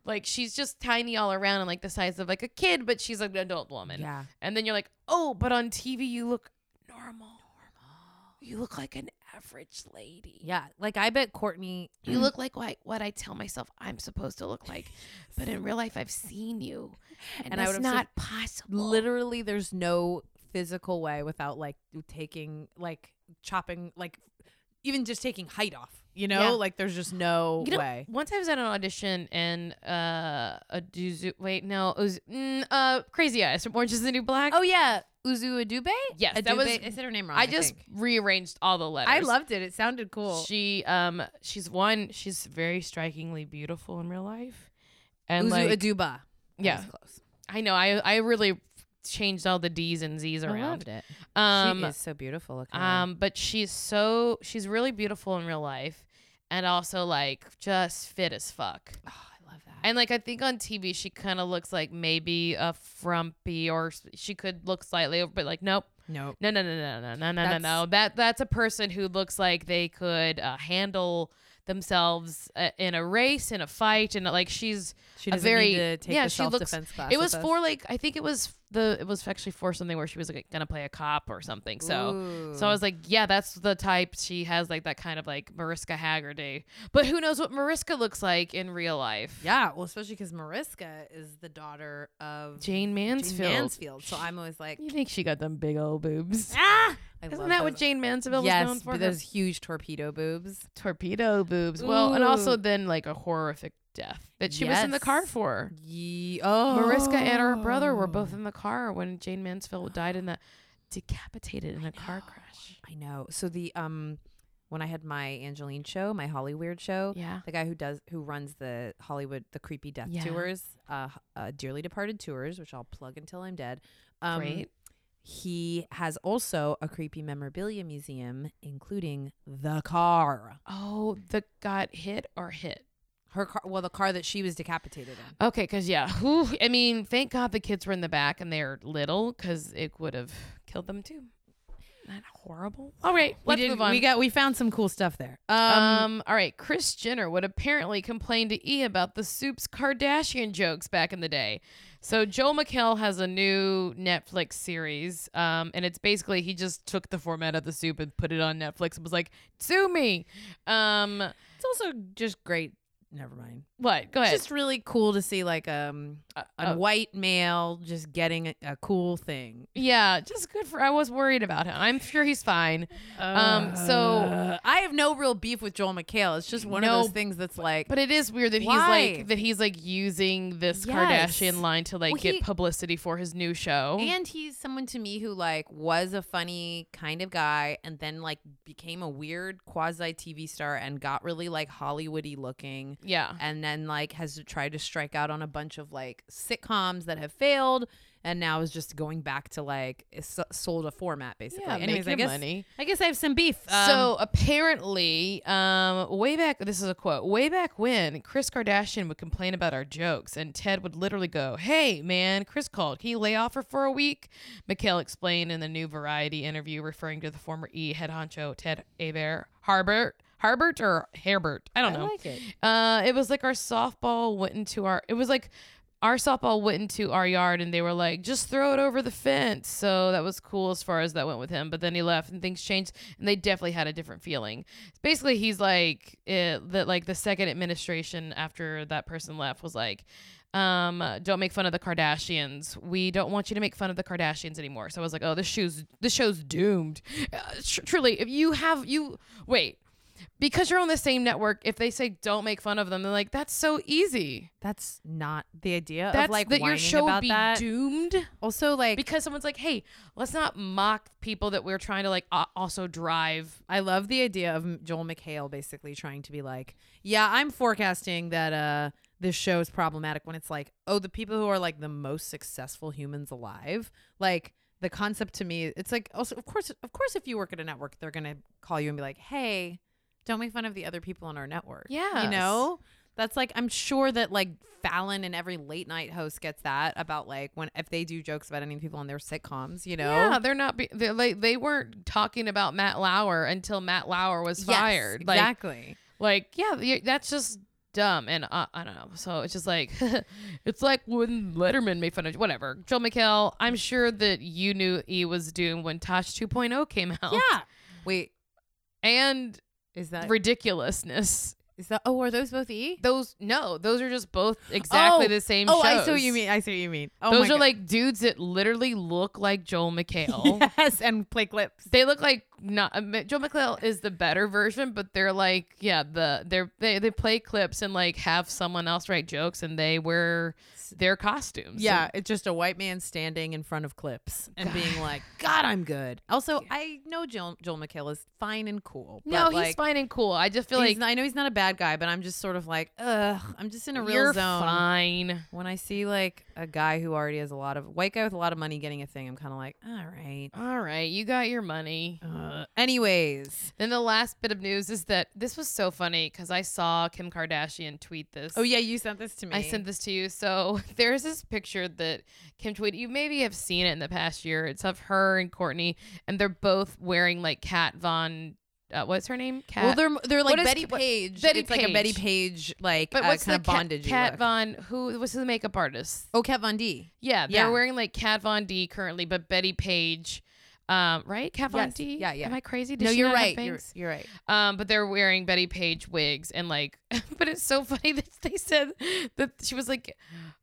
Speaker 1: Like she's just tiny all around and like the size of like a kid, but she's like an adult woman.
Speaker 2: Yeah.
Speaker 1: And then you're like, oh, but on TV you look normal. You look like an average lady.
Speaker 2: Yeah. Like I bet Courtney.
Speaker 1: You look like what, what I tell myself I'm supposed to look like, but in real life I've seen you, and,
Speaker 2: And I
Speaker 1: that's
Speaker 2: would've said-
Speaker 1: not possible.
Speaker 2: Literally, there's no physical way without like taking, like chopping, like even just taking height off. You know,
Speaker 1: Yeah.
Speaker 2: like there's just no
Speaker 1: You know,
Speaker 2: way.
Speaker 1: Once I was at an audition and uh, a Duzu, wait, no, it was mm, uh, Crazy Eyes from Orange is the New Black.
Speaker 2: Oh yeah, Uzu Adube.
Speaker 1: Yes, that was-
Speaker 2: I said her name wrong.
Speaker 1: I just
Speaker 2: think.
Speaker 1: rearranged all the letters.
Speaker 2: I loved it. It sounded cool.
Speaker 1: She um she's one. She's very strikingly beautiful in real life, and
Speaker 2: Uzu
Speaker 1: like
Speaker 2: Aduba. That
Speaker 1: yeah,
Speaker 2: was close.
Speaker 1: I know. I I really changed all the D's and Z's
Speaker 2: I
Speaker 1: around.
Speaker 2: loved it.
Speaker 1: Um,
Speaker 2: she is so beautiful. Looking
Speaker 1: Um, but she's so she's really beautiful in real life, and also like just fit as fuck.
Speaker 2: oh, I love that.
Speaker 1: And like I think on TV she kind of looks like maybe a frumpy, or s- she could look slightly over, but like nope,
Speaker 2: nope.
Speaker 1: no, no, no, no, no, no, no, no,
Speaker 2: That's-
Speaker 1: no. That that's a person who looks like they could uh, handle themselves uh, in a race, in a fight, and like she's
Speaker 2: She
Speaker 1: a
Speaker 2: doesn't
Speaker 1: very
Speaker 2: need to take
Speaker 1: yeah.
Speaker 2: the
Speaker 1: she looks.
Speaker 2: self-defense class.
Speaker 1: It
Speaker 2: with
Speaker 1: was
Speaker 2: us.
Speaker 1: for like I think it was the it was actually for something where she was like gonna play a cop or something. So so I was like, yeah, that's the type. She has like that kind of like Mariska Haggerty. But who knows what Mariska looks like in real life?
Speaker 2: yeah, well, especially because Mariska is the daughter of
Speaker 1: Jane Mansfield.
Speaker 2: Jane Mansfield. So I'm always like,
Speaker 1: You think she got them big old boobs?
Speaker 2: ah, I love
Speaker 1: Isn't that what
Speaker 2: those-
Speaker 1: Jane Mansfield
Speaker 2: yes,
Speaker 1: was known for?
Speaker 2: but
Speaker 1: Her
Speaker 2: those huge torpedo boobs.
Speaker 1: torpedo boobs. Well, and also
Speaker 2: Ooh.
Speaker 1: then like a horrific death that she was in the car
Speaker 2: Yes.
Speaker 1: for.
Speaker 2: Ye- oh,
Speaker 1: Mariska and her brother were both in the car when Jane Mansfield died in that decapitated in a car crash.
Speaker 2: I know. So the um, when I had my Angeline show, my Holly Weird show,
Speaker 1: Yeah.
Speaker 2: the guy who does who runs the Hollywood the creepy death
Speaker 1: Yeah.
Speaker 2: tours, uh, h- uh, dearly departed tours, which I'll plug until I'm dead. Um,
Speaker 1: Great.
Speaker 2: He has also a creepy memorabilia museum, including the car.
Speaker 1: Oh, the got hit or hit.
Speaker 2: Her car, well, the car that she was decapitated in.
Speaker 1: Okay, because yeah, whew, I mean, thank God the kids were in the back and they're little because it would have killed them too. Isn't that horrible? All right, let's
Speaker 2: we did-
Speaker 1: move on.
Speaker 2: We got we found some cool stuff there. Um,
Speaker 1: um, all right, Chris Jenner would apparently complain to E about the soup's Kardashian jokes back in the day. So Joel McHale has a new Netflix series, um, and it's basically he just took the format of the soup and put it on Netflix and was like, "Sue me." Um,
Speaker 2: it's also just great. Never mind.
Speaker 1: what? Go ahead.
Speaker 2: It's just really cool to see like um a, a
Speaker 1: oh.
Speaker 2: white male just getting a, a cool thing.
Speaker 1: yeah, just good for. I was worried about him. I'm sure he's fine. Um, so-
Speaker 2: I have no real beef with Joel McHale. It's just one
Speaker 1: No,
Speaker 2: of those things that's like
Speaker 1: But it is weird that he's
Speaker 2: Why?
Speaker 1: like that he's like using this
Speaker 2: Yes.
Speaker 1: Kardashian line to like
Speaker 2: Well,
Speaker 1: get
Speaker 2: he-
Speaker 1: publicity for his new show.
Speaker 2: and he's someone to me who like was a funny kind of guy and then like became a weird quasi TV star and got really like Hollywoody looking.
Speaker 1: yeah.
Speaker 2: and then like has tried to strike out on a bunch of like sitcoms that have failed and now is just going back to like is so- sold a format basically
Speaker 1: Yeah,
Speaker 2: anyways
Speaker 1: making
Speaker 2: i guess
Speaker 1: money.
Speaker 2: i guess i have some beef Um,
Speaker 1: so apparently, um, way back, this is a quote. Way back when, Chris Kardashian would complain about our jokes, and Ted would literally go, "Hey, man, Chris called. Can you lay off her for a week?" McHale explained in the new Variety interview, referring to the former E head honcho Ted Aber Harbert, Harbert or Herbert. I don't know.
Speaker 2: it
Speaker 1: Uh, it was like our softball went into our. It was like our softball went into our yard, and they were like, "Just throw it over the fence." So that was cool as far as that went with him. But then he left, and things changed, and they definitely had a different feeling. Basically, he's like eh, that. Like the second administration after that person left was like. Um, don't make fun of the Kardashians. We don't want you to make fun of the Kardashians anymore. So I was like, oh, this show's this show's doomed. Uh, tr- truly, if you have you wait, because you're on the same network, if they say don't make fun of them, they're like, that's so easy.
Speaker 2: that's not the idea
Speaker 1: That's
Speaker 2: of like
Speaker 1: that your show
Speaker 2: about
Speaker 1: be
Speaker 2: that
Speaker 1: doomed
Speaker 2: also like
Speaker 1: because someone's like, hey, let's not mock people that we're trying to like a- also drive.
Speaker 2: I love the idea of M- Joel McHale basically trying to be like, yeah, I'm forecasting that uh this show is problematic when it's like, oh, the people who are like the most successful humans alive, like the concept to me, it's like also of course of course if you work at a network, they're gonna call you and be like, hey, don't make fun of the other people on our network.
Speaker 1: Yes.
Speaker 2: you know. That's like I'm sure that like Fallon and every late night host gets that about like when if they do jokes about any people on their sitcoms, you know.
Speaker 1: Yeah, they're not. Be- they're like they weren't talking about Matt Lauer until Matt Lauer was
Speaker 2: Yes,
Speaker 1: fired. Like,
Speaker 2: exactly.
Speaker 1: like yeah, y- that's just dumb. And uh, I don't know. So it's just like, it's like when Letterman made fun of whatever. Joel McHale. I'm sure that you knew E was doomed when Tosh 2.0 came out.
Speaker 2: Yeah. oh, Wait,
Speaker 1: and
Speaker 2: is that
Speaker 1: ridiculousness.
Speaker 2: Is that? Oh, are those both E?
Speaker 1: Those no, those are just both exactly
Speaker 2: Oh,
Speaker 1: the same.
Speaker 2: oh, I
Speaker 1: shows.
Speaker 2: see what you mean. I see what you mean. Oh,
Speaker 1: those
Speaker 2: my
Speaker 1: are
Speaker 2: God.
Speaker 1: like dudes that literally look like Joel McHale.
Speaker 2: yes, and play clips.
Speaker 1: They look like not I mean, Joel McHale is the better version, but they're like yeah, the they're they, they play clips and like have someone else write jokes and they wear their costumes.
Speaker 2: Yeah, it's just a white man standing in front of clips and being like, "God, I'm good." Also, I know Joel, Joel McHale is fine and cool.
Speaker 1: no,
Speaker 2: but,
Speaker 1: he's
Speaker 2: like,
Speaker 1: fine and cool. I just feel
Speaker 2: he's
Speaker 1: like
Speaker 2: not- I know he's not a bad guy, but I'm just sort of like, ugh. I'm just in a real
Speaker 1: you're
Speaker 2: zone.
Speaker 1: fine.
Speaker 2: When I see like a guy who already has a lot of white guy with a lot of money getting a thing, I'm kind of like, all right.
Speaker 1: All right, you got your money.
Speaker 2: Uh, anyways,
Speaker 1: Then the last bit of news is that this was so funny because I saw Kim Kardashian tweet this.
Speaker 2: oh yeah, you sent this to me.
Speaker 1: I sent this to you. So there's this picture that Kim tweeted. You maybe have seen it in the past year. It's of her and Courtney, and they're both wearing like Kat Von uh, what's her name? Cat.
Speaker 2: Well, they're they're like
Speaker 1: What is-
Speaker 2: Betty
Speaker 1: what-
Speaker 2: Page.
Speaker 1: Betty
Speaker 2: it's like a Betty
Speaker 1: Page.
Speaker 2: Page like
Speaker 1: but
Speaker 2: uh,
Speaker 1: what's
Speaker 2: kind
Speaker 1: the
Speaker 2: of bondage
Speaker 1: Cat, Kat
Speaker 2: look.
Speaker 1: Von? Who was the makeup artist?
Speaker 2: oh, Kat Von D.
Speaker 1: Yeah, they're
Speaker 2: Yeah.
Speaker 1: wearing like Kat Von D currently, but Betty Page, um, right? Cat Von
Speaker 2: Yes.
Speaker 1: D.
Speaker 2: Yeah, yeah.
Speaker 1: Am I crazy? Did
Speaker 2: no,
Speaker 1: she
Speaker 2: you're
Speaker 1: not have
Speaker 2: right. You're,
Speaker 1: bangs?
Speaker 2: you're right.
Speaker 1: Um, but they're wearing Betty Page wigs and like, but it's so funny that they said that she was like,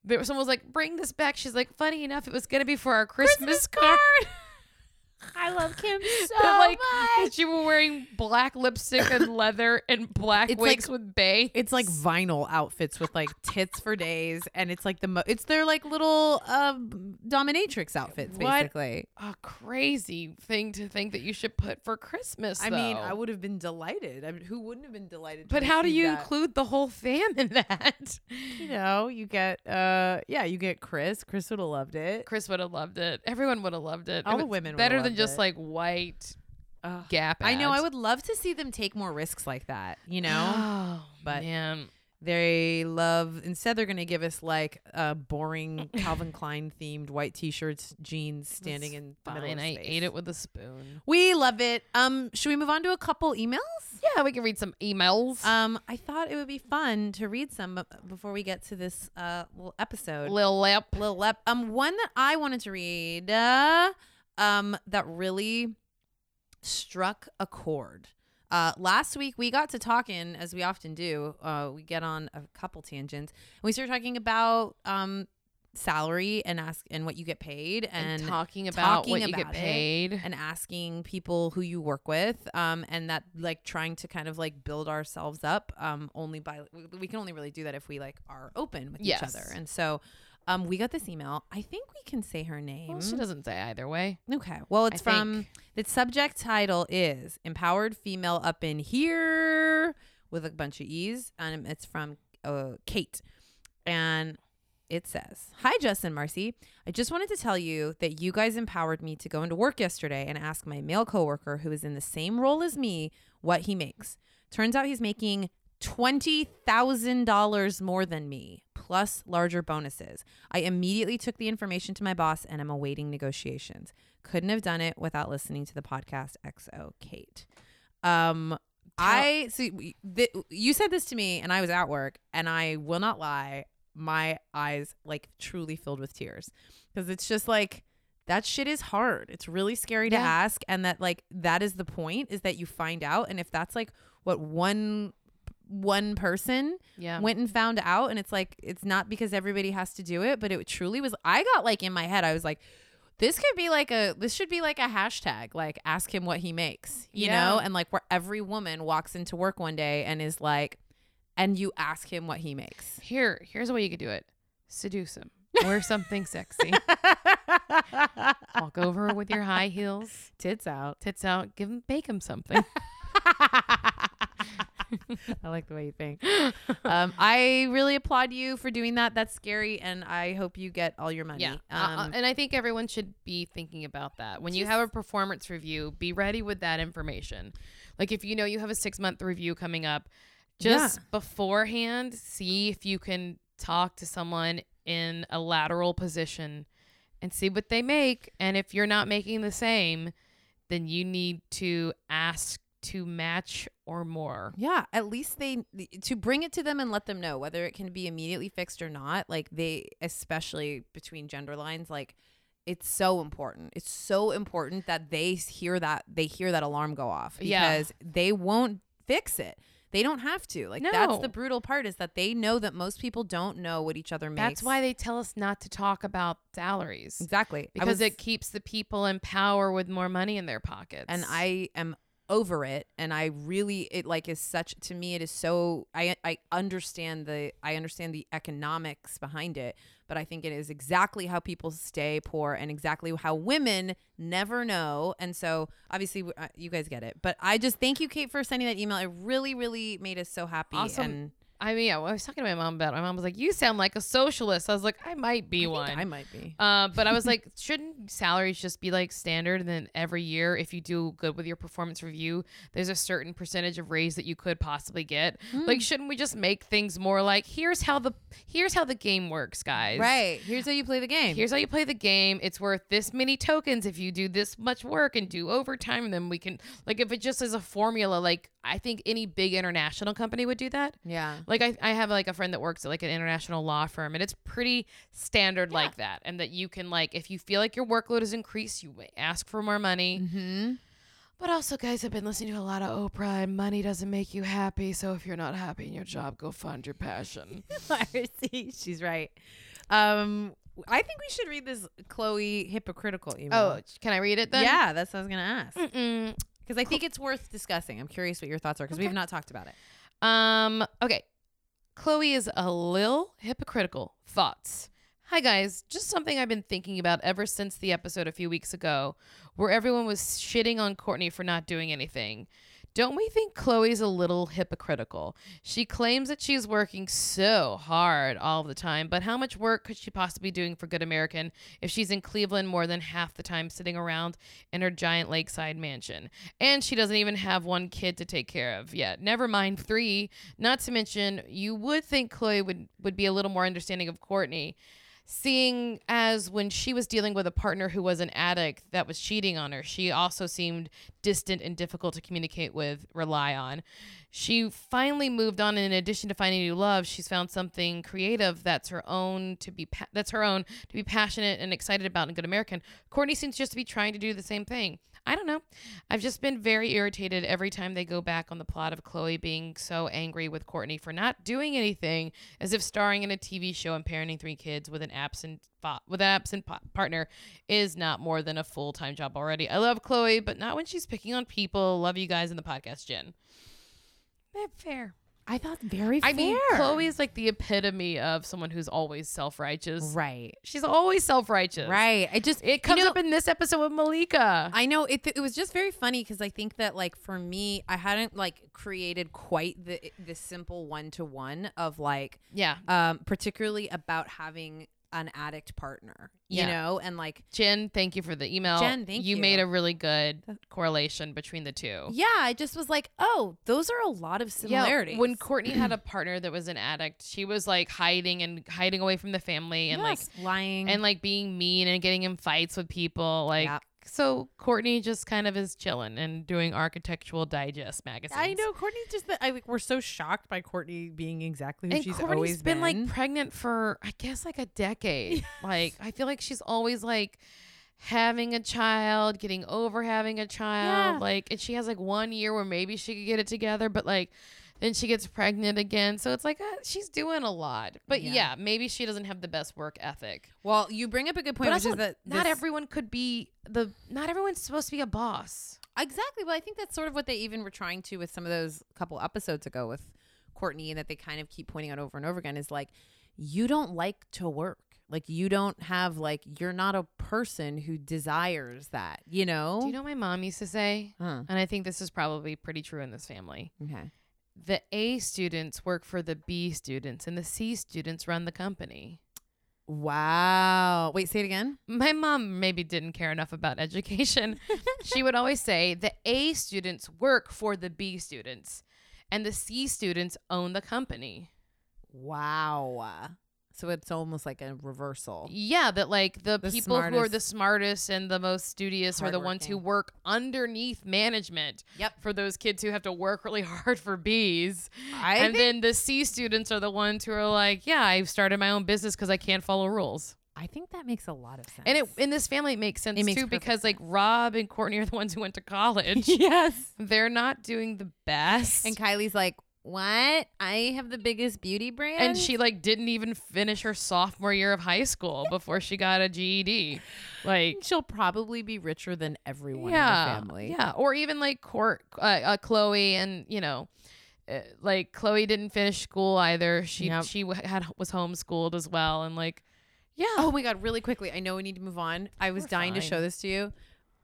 Speaker 1: there was someone was like, bring this back. She's like, funny enough, it was gonna be for our Christmas, card.
Speaker 2: I love Kim so
Speaker 1: But, like that she were wearing black lipstick and leather and black
Speaker 2: It's like-
Speaker 1: wigs with bay.
Speaker 2: It's like vinyl outfits with like tits for days, and it's like the mo- it's their like little uh, dominatrix outfits
Speaker 1: What?
Speaker 2: basically.
Speaker 1: a crazy thing to think that you should put for Christmas.
Speaker 2: I mean,
Speaker 1: though.
Speaker 2: I would have been delighted. I mean, who wouldn't have been delighted? to
Speaker 1: But how do
Speaker 2: receive
Speaker 1: you
Speaker 2: that?
Speaker 1: include the whole fam in that?
Speaker 2: You know, you get uh, yeah, you get Chris. Chris would have loved it.
Speaker 1: Chris would have loved it. Everyone would have loved it.
Speaker 2: All
Speaker 1: It
Speaker 2: the
Speaker 1: was
Speaker 2: women would've
Speaker 1: better than
Speaker 2: loved
Speaker 1: just
Speaker 2: it.
Speaker 1: like white
Speaker 2: Ugh.
Speaker 1: gap.
Speaker 2: I know. I
Speaker 1: ads.
Speaker 2: would love to see them take more risks like that. You know,
Speaker 1: Oh,
Speaker 2: But-
Speaker 1: man.
Speaker 2: they love instead they're gonna give us like uh, boring Calvin Klein themed white t-shirts, jeans, standing in the middle.
Speaker 1: Fine,
Speaker 2: of
Speaker 1: I
Speaker 2: space.
Speaker 1: ate it with a spoon.
Speaker 2: We love it. Um, should we move on to a couple emails?
Speaker 1: Yeah, we can read some emails.
Speaker 2: Um, I thought it would be fun to read some b- before we get to this uh little episode.
Speaker 1: Lil Lip.
Speaker 2: Lil Lep. Um, one that I wanted to read, uh, um, that really struck a chord. Uh, last week we got to talking, as we often do. Uh, we get on a couple tangents, and we started talking about um salary and ask and what you get paid
Speaker 1: And,
Speaker 2: and
Speaker 1: talking about
Speaker 2: talking
Speaker 1: what you
Speaker 2: about
Speaker 1: get
Speaker 2: it.
Speaker 1: paid.
Speaker 2: and asking people who you work with um, and that like trying to kind of like build ourselves up um, only by we- we can only really do that if we like are open with each other
Speaker 1: Yes.
Speaker 2: and so um, we got this email i think we can say her name
Speaker 1: Well, she doesn't say either way.
Speaker 2: okay well it's
Speaker 1: I
Speaker 2: from the subject title is empowered female up in here with a bunch of e's and it's from uh, kate and it says, Hi, Justin Marcy. I just wanted to tell you that you guys empowered me to go into work yesterday and ask my male coworker, who is in the same role as me, what he makes. Turns out he's making $20,000 more than me, plus larger bonuses. I immediately took the information to my boss and I'm awaiting negotiations. Couldn't have done it without listening to the podcast XO Kate. Um, I see. we- th- you said this to me, and I was at work, and I will not lie. My eyes like truly filled with tears because it's just like that shit is hard. It's really scary to
Speaker 1: Yeah.
Speaker 2: ask, and that like that is the point is that you find out, and if that's like what one one person
Speaker 1: Yeah.
Speaker 2: went and found out and it's like it's not because everybody has to do it but it truly was i got like in my head i was like this could be like a this should be like a hashtag like ask him what he makes you
Speaker 1: Yeah.
Speaker 2: know and like where every woman walks into work one day and is like and you ask him what he makes
Speaker 1: Here, here's a way you could do it. Seduce him. Wear something sexy. Walk over with your high heels,
Speaker 2: tits out
Speaker 1: tits out, give him bake him something.
Speaker 2: i like the way you think um, i really applaud you for doing that that's scary and i hope you get all your money
Speaker 1: Yeah.
Speaker 2: um,
Speaker 1: Uh, uh, and I think everyone should be thinking about that. When you have a performance review, be ready with that information. Like if you know you have a six month review coming up, just beforehand, see if you can talk to someone in a lateral position and see what they make. And if you're not making the same, then you need to ask to match or more.
Speaker 2: Yeah, at least they to bring it to them and let them know whether it can be immediately fixed or not. Like they, especially between gender lines, like it's so important. It's so important that they hear that they hear that alarm go off
Speaker 1: Yeah.
Speaker 2: because they won't fix it. They don't have to. Like that's
Speaker 1: No.
Speaker 2: the brutal part is that they know that most people don't know what each other makes.
Speaker 1: That's why they tell us not to talk about salaries.
Speaker 2: exactly I
Speaker 1: Because
Speaker 2: was-
Speaker 1: it keeps the people in power with more money in their pockets.
Speaker 2: and I am over it and I really it like is such to me it is so I I understand the I understand the economics behind it but I think it is exactly how people stay poor and exactly how women never know and so obviously w- uh, you guys get it but I just thank you Kate for sending that email it really really made us so happy
Speaker 1: Awesome.
Speaker 2: and
Speaker 1: I mean, yeah, well, I was talking to my mom about. It. My mom was like, "You sound like a socialist." I was like, "I might be one."
Speaker 2: I might be.
Speaker 1: Uh, but I was like, shouldn't salaries just be like standard? And then every year, if you do good with your performance review, there's a certain percentage of raise that you could possibly get. Like, shouldn't we just make things more like here's how the here's how the game works, guys?
Speaker 2: Right. Here's how you play the game.
Speaker 1: Here's how you play the game. It's worth this many tokens if you do this much work and do overtime. Then we can like if it just is a formula. Like I think any big international company would do that.
Speaker 2: yeah.
Speaker 1: Like I, I have like a friend that works at like an international law firm and it's pretty standard like that. And that you can like if you feel like your workload is increased, you ask for more money.
Speaker 2: Mm-hmm.
Speaker 1: But also guys, I've been listening to a lot of Oprah and money doesn't make you happy. So if you're not happy in your job, go find your passion.
Speaker 2: See, she's right. Um, I think we should read this Chloe hypocritical email.
Speaker 1: oh, can I read it then? Mm,
Speaker 2: yeah, that's what I was gonna ask
Speaker 1: Mm-mm.
Speaker 2: because I think it's worth discussing. I'm curious what your thoughts are because we've not talked about it.
Speaker 1: Um, okay. Chloe is a lil hypocritical. Thoughts. Hi guys, just something I've been thinking about ever since the episode a few weeks ago where everyone was shitting on Courtney for not doing anything. Don't we think Chloe's a little hypocritical? She claims that she's working so hard all the time, but how much work could she possibly be doing for Good American if she's in Cleveland more than half the time sitting around in her giant lakeside mansion? And she doesn't even have one kid to take care of yet. Never mind three. Not to mention, you would think Chloe would, would be a little more understanding of Courtney seeing as when she was dealing with a partner who was an addict that was cheating on her, she also seemed distant and difficult to communicate with, rely on. She finally moved on, and in addition to finding new love, she's found something creative that's her own to be pa- that's her own to be passionate and excited about and good American. Courtney seems just to be trying to do the same thing. I don't know. I've just been very irritated every time they go back on the plot of Chloe being so angry with Courtney for not doing anything, as if starring in a TV show and parenting three kids with an absent fa- with an absent pa- partner is not more than a full time job already. I love Chloe, but not when she's picking on people. Love you guys in the podcast, Jen. Eh, Fair.
Speaker 2: I thought very.
Speaker 1: I mean, Chloe is like the epitome of someone who's always self righteous.
Speaker 2: Right.
Speaker 1: She's always self righteous.
Speaker 2: Right. I just
Speaker 1: It comes up in this episode with Malika.
Speaker 2: I know it. It was just very funny because I think that like for me, I hadn't like created quite the the simple one to one of like
Speaker 1: yeah.
Speaker 2: um, particularly about having an addict partner, you
Speaker 1: Yeah.
Speaker 2: know, and like,
Speaker 1: Jen, thank you for the email.
Speaker 2: Jen, thank
Speaker 1: you.
Speaker 2: you.
Speaker 1: made a really good correlation between the two.
Speaker 2: yeah, I just was like, oh, those are a lot of similarities.
Speaker 1: Oh. when Courtney had a partner that was an addict, she was like hiding and hiding away from the family and like
Speaker 2: Yes, lying
Speaker 1: and like being mean and getting in fights with people. Like
Speaker 2: Yeah.
Speaker 1: so Courtney just kind of is chilling and doing architectural digest magazines.
Speaker 3: I know Courtney just that I like we're so shocked by Courtney being exactly who
Speaker 1: And
Speaker 3: she's
Speaker 1: Courtney's
Speaker 3: always
Speaker 1: been, like pregnant for I guess like a decade. Like I feel like she's always like having a child, getting over having a child.
Speaker 2: Yeah.
Speaker 1: Like and she has like one year where maybe she could get it together, but like then she gets pregnant again. So it's like uh, she's doing a lot. But yeah.
Speaker 2: Yeah.
Speaker 1: maybe she doesn't have the best work ethic.
Speaker 2: well, you bring up a good point,
Speaker 1: But
Speaker 2: which
Speaker 1: also,
Speaker 2: is that
Speaker 1: not
Speaker 2: this-
Speaker 1: everyone could be the not everyone's supposed to be a boss.
Speaker 2: exactly. Well, I think that's sort of what they even were trying to with some of those couple episodes ago with Courtney, and that they kind of keep pointing out over and over again is like, you don't like to work. Like you don't have like you're not a person who desires that, you know.
Speaker 1: Do you know what my mom used to say?
Speaker 2: Huh.
Speaker 1: And I think this is probably pretty true in this family.
Speaker 2: Okay.
Speaker 1: the A students work for the B students and the C students run the company.
Speaker 2: Wow. Wait, say it again.
Speaker 1: My mom maybe didn't care enough about education. she would always say the A students work for the B students and the C students own the company.
Speaker 2: Wow. So it's almost like a reversal.
Speaker 1: Yeah, that like the,
Speaker 2: Oh. The
Speaker 1: people who are the
Speaker 2: smartest.
Speaker 1: smartest and the most studious are the ones who
Speaker 2: Hardworking.
Speaker 1: work underneath management
Speaker 2: Yep.
Speaker 1: for those kids who have to work really hard for B's.
Speaker 2: I
Speaker 1: and then the C students are the ones who are like, yeah, I've started my own business because I can't follow rules.
Speaker 2: I think that makes a lot of sense.
Speaker 1: And it in this family it makes sense
Speaker 2: It makes
Speaker 1: too
Speaker 2: perfect
Speaker 1: because like Rob and Courtney are the ones who went to college.
Speaker 2: yes.
Speaker 1: They're not doing the best.
Speaker 2: And
Speaker 1: And,
Speaker 2: Kylie's like, "What? I have the biggest beauty brand."
Speaker 1: she like didn't even finish her sophomore year of high school before she got a GED. Like
Speaker 2: she'll probably be richer than everyone
Speaker 1: yeah,
Speaker 2: in the family.
Speaker 1: yeah, or even like Court, uh, uh, Chloe, and you know, uh, like Chloe didn't finish school either. She
Speaker 2: Yep.
Speaker 1: she w- had was homeschooled as well, and like, yeah,
Speaker 2: Oh my god, really quickly. I know we need to move on. I was
Speaker 1: We're
Speaker 2: dying to
Speaker 1: fine.
Speaker 2: show this to you.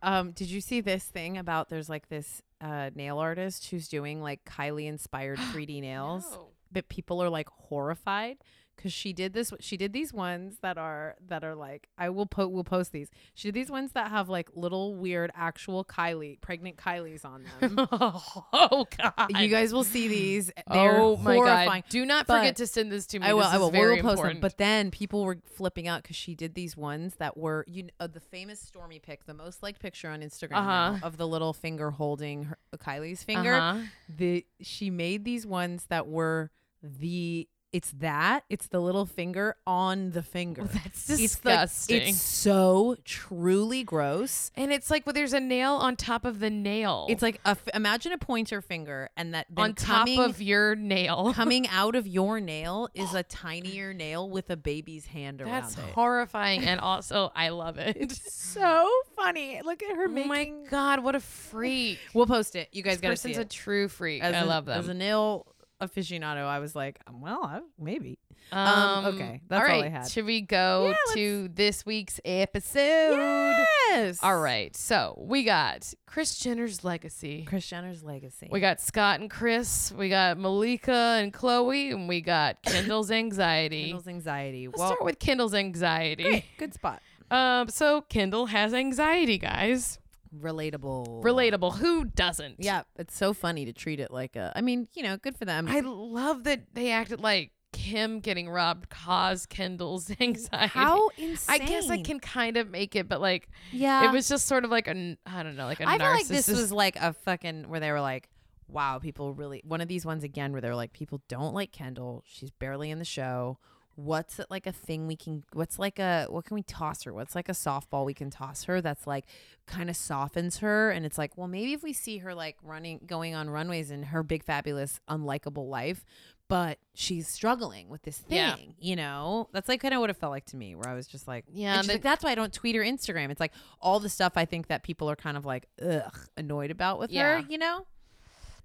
Speaker 2: Um, did you see this thing about there's like this uh, nail artist who's doing like Kylie inspired 3D nails?
Speaker 1: No.
Speaker 3: but people are like horrified because she did this. She did these ones that are that are like I will po- we'll post these. She did these ones that have like little weird actual Kylie pregnant Kylie's on them.
Speaker 1: oh God.
Speaker 2: You guys will see these. They're
Speaker 1: oh my
Speaker 2: horrifying.
Speaker 1: God. Do not
Speaker 2: But-
Speaker 1: forget to send this to me.
Speaker 2: I will.
Speaker 1: This
Speaker 2: I
Speaker 1: is
Speaker 2: will. We
Speaker 1: Very
Speaker 2: will post them.
Speaker 1: important.
Speaker 2: But then people were flipping out because she did these ones that were you know, uh, the famous Stormy pic, the most liked picture on Instagram now,
Speaker 1: Uh-huh.
Speaker 2: of the little finger holding her, Kylie's finger.
Speaker 1: Uh-huh.
Speaker 2: The she made these ones that were the it's that it's the little finger on the finger.
Speaker 1: That's
Speaker 2: It's like-
Speaker 1: disgusting.
Speaker 2: it's so truly gross.
Speaker 1: and it's like well, there's a nail on top of the nail.
Speaker 2: It's like a f- imagine a pointer finger and that then
Speaker 1: on top
Speaker 2: coming-
Speaker 1: of your nail.
Speaker 2: coming out of your nail is a tinier nail with a baby's hand around
Speaker 1: That's
Speaker 2: it.
Speaker 1: horrifying, and also I love it.
Speaker 3: so funny. Look at her
Speaker 1: oh my
Speaker 3: making.
Speaker 1: God, what a freak!
Speaker 2: We'll post it. You guys
Speaker 1: This
Speaker 2: got to see
Speaker 1: person's a
Speaker 2: it.
Speaker 1: true freak.
Speaker 2: As
Speaker 1: I
Speaker 2: an-
Speaker 1: love
Speaker 2: As
Speaker 1: them.
Speaker 2: an ill aficionado, I was like, um, well, I, maybe.
Speaker 1: Um,
Speaker 2: okay, that's all I had.
Speaker 1: Should we go
Speaker 3: Yeah,
Speaker 1: to this week's episode?
Speaker 2: Yes.
Speaker 1: All right. So we got Chris Jenner's legacy.
Speaker 2: Kris Jenner's legacy.
Speaker 1: We got Scott and Chris. We got Malika and Chloe, and we got Kendall's anxiety.
Speaker 2: Kendall's anxiety.
Speaker 1: Let's
Speaker 2: well,
Speaker 1: start with Kendall's anxiety.
Speaker 2: great. good spot.
Speaker 1: Um, so Kendall has anxiety, guys.
Speaker 2: Relatable.
Speaker 1: Relatable. Who doesn't?
Speaker 2: Yeah, it's so funny to treat it like a. I mean, you know, good for them.
Speaker 1: I love that they acted like him getting robbed caused Kendall's anxiety.
Speaker 2: How insane!
Speaker 1: I guess I can kind of make it, but like
Speaker 2: Yeah,
Speaker 1: it was just sort of like an I don't know, like a narcissist.
Speaker 2: I feel like this was like a fucking where they were like, wow, people really one of these ones again where they were like, people don't like Kendall. She's barely in the show. What's it like a thing we can what's like a what can we toss her? What's like a softball we can toss her that's like kind of softens her and it's like, well maybe if we see her like running going on runways in her big fabulous unlikable life, but she's struggling with this thing,
Speaker 1: Yeah.
Speaker 2: you know? That's like kind of what it felt like to me where I was just like,
Speaker 1: yeah,
Speaker 2: and
Speaker 1: and
Speaker 2: she's
Speaker 1: then-
Speaker 2: like, that's why I don't tweet or Instagram. It's like all the stuff I think that people are kind of like ugh annoyed about with
Speaker 1: Yeah.
Speaker 2: her, you know?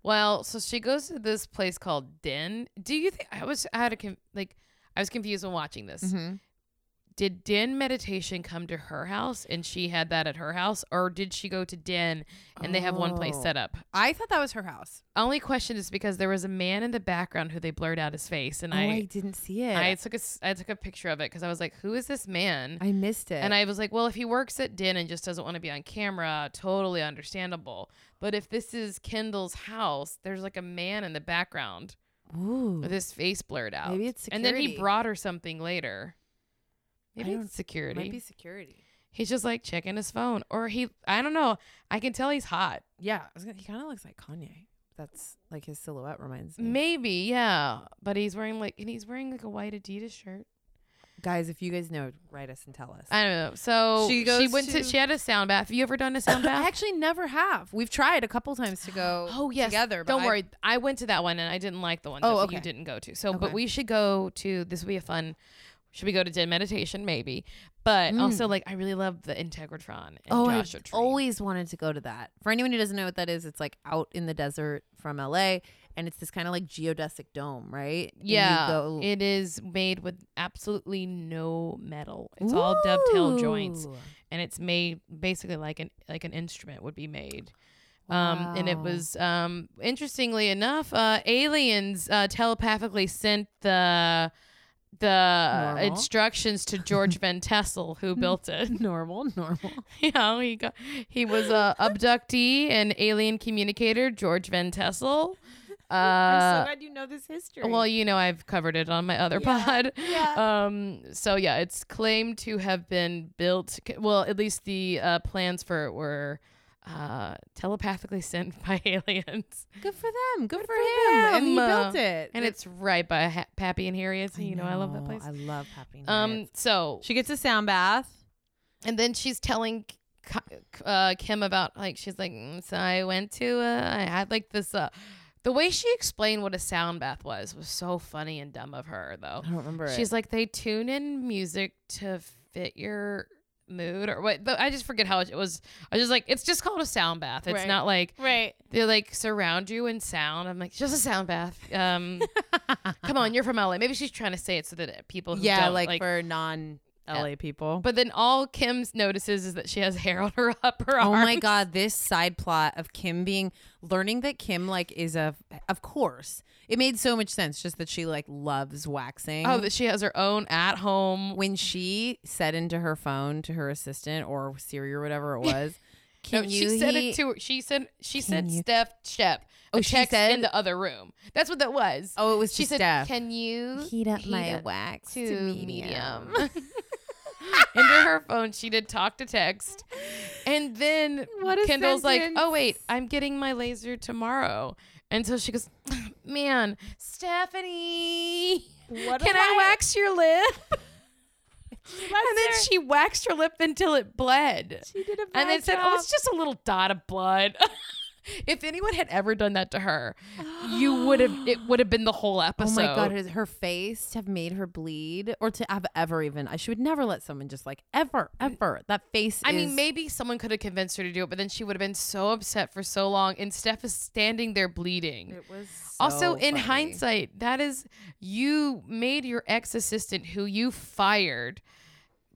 Speaker 1: well, so she goes to this place called Den. Do you think I was I had a con- like I was confused when watching this.
Speaker 2: Mm-hmm.
Speaker 1: Did Den meditation come to her house and she had that at her house, or did she go to Den and they have one place
Speaker 2: Oh.
Speaker 1: set up?
Speaker 2: I thought that was her house.
Speaker 1: Only question is because there was a man in the background who they blurred out his face, and
Speaker 2: oh, I
Speaker 1: I
Speaker 2: didn't see it.
Speaker 1: I
Speaker 2: I,
Speaker 1: took a s- I took a picture of it because I was like, who is this man?
Speaker 2: missed it.
Speaker 1: and I was like, well, if he works at Din and just doesn't want to be on camera, totally understandable. But if this is Kendall's house, there's like a man in the background
Speaker 2: Ooh.
Speaker 1: with his face blurred out.
Speaker 2: Maybe it's
Speaker 1: And then he
Speaker 2: security.
Speaker 1: brought her something later. Maybe
Speaker 2: don't-
Speaker 1: it's security.
Speaker 2: Might be security.
Speaker 1: He's just like checking his phone, or he I don't know. I can tell he's hot.
Speaker 2: Yeah. I was gonna, he kind of looks like Kanye. That's like his silhouette reminds me.
Speaker 1: Maybe, yeah. But he's wearing like and he's wearing like a white Adidas shirt.
Speaker 2: Guys, if you guys know, write us and tell us.
Speaker 1: I don't know. So
Speaker 2: She
Speaker 1: she,
Speaker 2: goes
Speaker 1: went to,
Speaker 2: to-
Speaker 1: she had a sound bath. Have you ever done a sound bath?
Speaker 2: I actually never have. We've tried a couple times to go
Speaker 1: Oh yes.
Speaker 2: together. but
Speaker 1: Don't
Speaker 2: I-
Speaker 1: worry. I went to that one and I didn't like the one
Speaker 2: Oh,
Speaker 1: that
Speaker 2: okay.
Speaker 1: you didn't go to. So,
Speaker 2: Okay.
Speaker 1: but we should go to. This would be a fun. Should we go to Zen meditation? Maybe. But also, like, I really love the Integratron and
Speaker 2: Oh, I
Speaker 1: Joshua Tree.
Speaker 2: always wanted to go to that. For anyone who doesn't know what that is, it's like out in the desert from LA, and it's this kind of like geodesic dome, right? And you
Speaker 1: yeah,
Speaker 2: go-
Speaker 1: it is made with absolutely no metal. It's all dovetail joints,
Speaker 2: Ooh.
Speaker 1: and it's made basically like an like an instrument would be made. Um, and it
Speaker 2: Wow.
Speaker 1: was um, interestingly enough, uh, aliens uh, telepathically sent the the uh,
Speaker 2: Normal.
Speaker 1: instructions to George Van Tessel, who
Speaker 2: Hmm.
Speaker 1: built it.
Speaker 2: normal, normal.
Speaker 1: you know, he got, he was a abductee and alien communicator, George Van Tessel.
Speaker 3: I'm so
Speaker 1: Uh,
Speaker 3: glad you know this history.
Speaker 1: well, you know, I've covered it on my other
Speaker 3: Yeah,
Speaker 1: pod.
Speaker 3: yeah.
Speaker 1: Um, so yeah, it's claimed to have been built. Well, at least the uh, plans for it were uh, telepathically sent by aliens,
Speaker 2: Good for them. Good, for,
Speaker 1: for
Speaker 2: him. And he
Speaker 1: them. Um,
Speaker 2: built it.
Speaker 1: and it's right by ha- Pappy and Harriet. So you know, I love that place.
Speaker 2: I love Happy
Speaker 1: Um,
Speaker 2: Nuggets.
Speaker 1: so
Speaker 2: she gets a sound bath.
Speaker 1: and then she's telling K- uh, Kim about like she's like, "Mm, so I went to uh, I had like this. Uh, the way she explained what a sound bath was was so funny and dumb of her though.
Speaker 2: I don't remember it.
Speaker 1: She's like, they tune in music to fit your mood or what? I just forget how it was. I was just like, it's just called a sound bath. It's
Speaker 3: Right.
Speaker 1: not like
Speaker 3: right.
Speaker 1: they like surround you in sound. I'm like, just a sound bath. Um, come on, you're from LA. Maybe she's trying to say it so that people who
Speaker 2: yeah,
Speaker 1: don't,
Speaker 2: like,
Speaker 1: like
Speaker 2: for non.
Speaker 3: LA people.
Speaker 1: But then all Kim's notices is that she has hair on her upper
Speaker 2: Oh
Speaker 1: arm.
Speaker 2: my god, this side plot of Kim being learning that Kim like is a of course. It made so much sense just that she like loves waxing.
Speaker 1: Oh, that she has her own at home.
Speaker 2: when she said into her phone to her assistant or Siri or whatever it was,
Speaker 1: No,
Speaker 2: can you
Speaker 1: she said
Speaker 2: he-
Speaker 1: it to her. She said she said
Speaker 2: Can you-
Speaker 1: Steph Shep.
Speaker 2: Oh,
Speaker 1: Oh,
Speaker 2: she
Speaker 1: she text
Speaker 2: said-
Speaker 1: in the other room. That's what that was.
Speaker 2: Oh, it was
Speaker 1: she
Speaker 2: to
Speaker 1: said,
Speaker 2: Steph.
Speaker 1: "Can you
Speaker 2: heat up my
Speaker 1: up
Speaker 2: wax
Speaker 1: to medium?" Into her phone, she did talk to text, and then
Speaker 3: What a
Speaker 1: Kendall's
Speaker 3: sentence.
Speaker 1: like, "Oh wait, I'm getting my laser tomorrow," and so she goes, "Man, Stephanie,
Speaker 3: What
Speaker 1: can I wax your lip?" And then
Speaker 3: her-
Speaker 1: she waxed her lip until it bled.
Speaker 3: She did a bad
Speaker 1: and then said, "Oh,
Speaker 3: job.
Speaker 1: it's just a little dot of blood." if anyone had ever done that to her, you would have. It would have been the whole
Speaker 2: Oh
Speaker 1: episode.
Speaker 2: my god, her, her face to have made her bleed or to have ever even I she would never let someone just like ever, ever. That face
Speaker 1: I
Speaker 2: is-
Speaker 1: mean, maybe someone could have convinced her to do it, but then she would have been so upset for so long. And Steph is standing there bleeding.
Speaker 3: It was
Speaker 1: also,
Speaker 2: so
Speaker 1: in
Speaker 2: funny.
Speaker 1: hindsight, that is you made your ex assistant who you fired,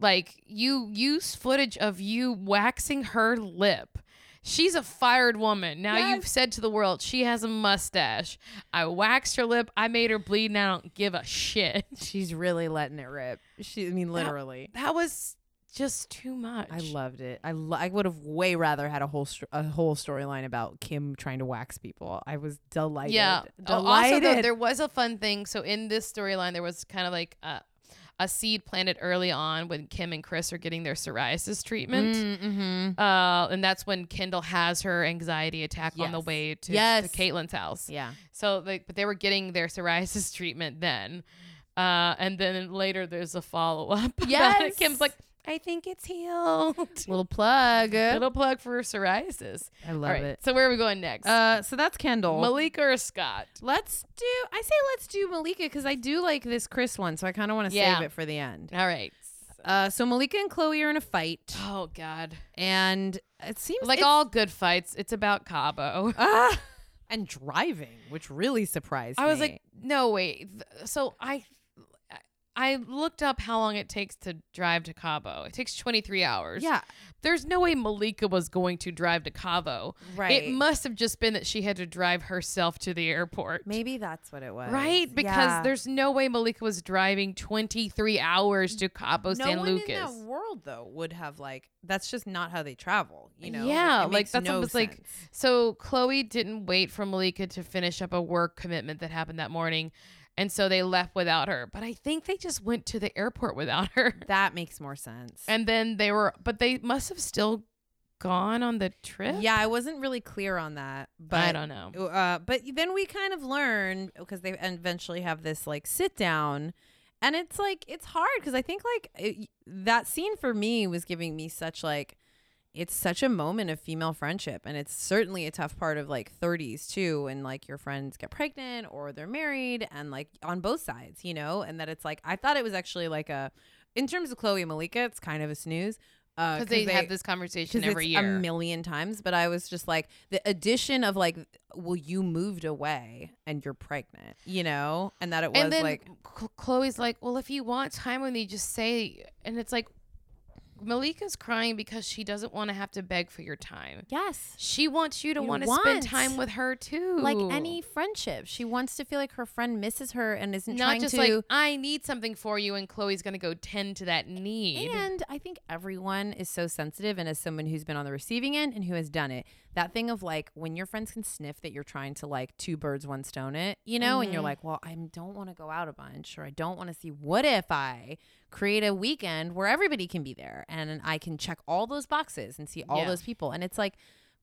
Speaker 1: like you use footage of you waxing her lip. She's a fired woman. Now you've said to the world, she has a mustache. I waxed her lip. I made her bleed, and I don't give a shit.
Speaker 2: she's really letting it rip. She I mean literally.
Speaker 1: That was just too much.
Speaker 2: I loved it. I lo- I would have way rather had a whole str- a whole storyline about Kim trying to wax people. I was delighted.
Speaker 1: Yeah. Oh, Also,
Speaker 2: delighted.
Speaker 1: though, there was a fun thing. So in this storyline, there was kind of like a, a seed planted early on when Kim and Chris are getting their psoriasis treatment.
Speaker 2: Mm, mhm.
Speaker 1: Uh, and that's when Kendall has her anxiety attack on the
Speaker 2: Yes.
Speaker 1: way to,
Speaker 2: Yes.
Speaker 1: to Caitlin's house.
Speaker 2: Yeah.
Speaker 1: So they, but they were getting their psoriasis treatment then. Uh, and then later there's a follow up.
Speaker 2: Yes.
Speaker 1: Kim's like, I think it's healed.
Speaker 2: Little plug.
Speaker 1: Little plug for psoriasis.
Speaker 2: I love
Speaker 1: All right. So where are we going next?
Speaker 3: Uh, so that's Kendall.
Speaker 1: Malika or Scott?
Speaker 2: Let's do. I say let's do Malika because I do like this Chris one, so I kind of want to
Speaker 1: Yeah.
Speaker 2: save it for the end.
Speaker 1: All right.
Speaker 2: Uh, so Malika and Chloe are in a fight,
Speaker 1: Oh God.
Speaker 2: and it seems
Speaker 1: like
Speaker 2: it's-
Speaker 1: all good fights, it's about Cabo.
Speaker 2: Ah! and driving, which really surprised me.
Speaker 1: I was like, no wait. Th- So I, I looked up how long it takes to drive to Cabo. It takes 23 hours.
Speaker 2: yeah,
Speaker 1: There's no way Malika was going to drive to Cabo.
Speaker 2: right.
Speaker 1: It must have just been that she had to drive herself to the airport.
Speaker 2: Maybe that's what it was,
Speaker 1: Right? Because
Speaker 2: Yeah.
Speaker 1: there's no way Malika was driving 23 hours to Cabo
Speaker 2: no
Speaker 1: San
Speaker 2: one in
Speaker 1: Lucas.
Speaker 2: that world though would have like that's just not how they travel. You know?
Speaker 1: Yeah,
Speaker 2: it
Speaker 1: like,
Speaker 2: makes
Speaker 1: that's
Speaker 2: no
Speaker 1: almost like-
Speaker 2: sense.
Speaker 1: So Chloe didn't wait for Malika to finish up a work commitment that happened that morning. And so they left without her. But I think they just went to the airport without her.
Speaker 2: that makes more sense.
Speaker 1: And then they were, but they must have still gone on the trip.
Speaker 2: yeah, I wasn't really clear on that, but
Speaker 1: I don't know.
Speaker 2: Uh, but then we kind of learn because they eventually have this like sit down, and it's like it's hard because I think like it, that scene for me was giving me such like it's such a moment of female friendship, and it's certainly a tough part of like 30s too, and like your friends get pregnant or they're married, and like on both sides, you know, and that it's like I thought it was actually like a in terms of Chloe and Malika, it's kind of a snooze. uh,
Speaker 1: Because they, have
Speaker 2: they-
Speaker 1: this conversation
Speaker 2: because
Speaker 1: every
Speaker 2: it's
Speaker 1: year.
Speaker 2: a million times. But I was just like the addition of like, well, you moved away and you're pregnant, you know, and that it was
Speaker 1: and then
Speaker 2: like,
Speaker 1: Ch- Chloe's like, well, if you want time with me, just say. And it's like, Malika's crying because she doesn't want to have to beg for your time.
Speaker 2: yes,
Speaker 1: She wants you to
Speaker 2: You
Speaker 1: want to spend
Speaker 2: want-
Speaker 1: time with her too.
Speaker 2: like any friendship, she wants to feel like her friend misses her and isn't
Speaker 1: not
Speaker 2: trying
Speaker 1: just
Speaker 2: to.
Speaker 1: like I need something for you, and Chloe's gonna go tend to that need.
Speaker 2: and I think everyone is so sensitive, and as someone who's been on the receiving end and who has done it, that thing of like when your friends can sniff that you're trying to like two birds, one stone it, you know, and
Speaker 1: Mm-hmm.
Speaker 2: you're like, well, I don't want to go out a bunch, or I don't want to see. What if I create a weekend where everybody can be there and I can check all those boxes and see all
Speaker 1: Yeah.
Speaker 2: those people? And it's like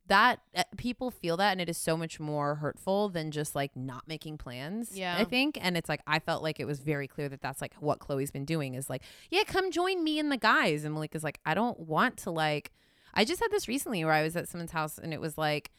Speaker 2: that uh, people feel that, and it is so much more hurtful than just like not making plans.
Speaker 1: Yeah.
Speaker 2: I think. And it's like, I felt like it was very clear that that's like what Chloe's been doing is like, yeah, come join me and the guys. And Malika's like, I don't want to like, I just had this recently where I was at someone's house and it was like,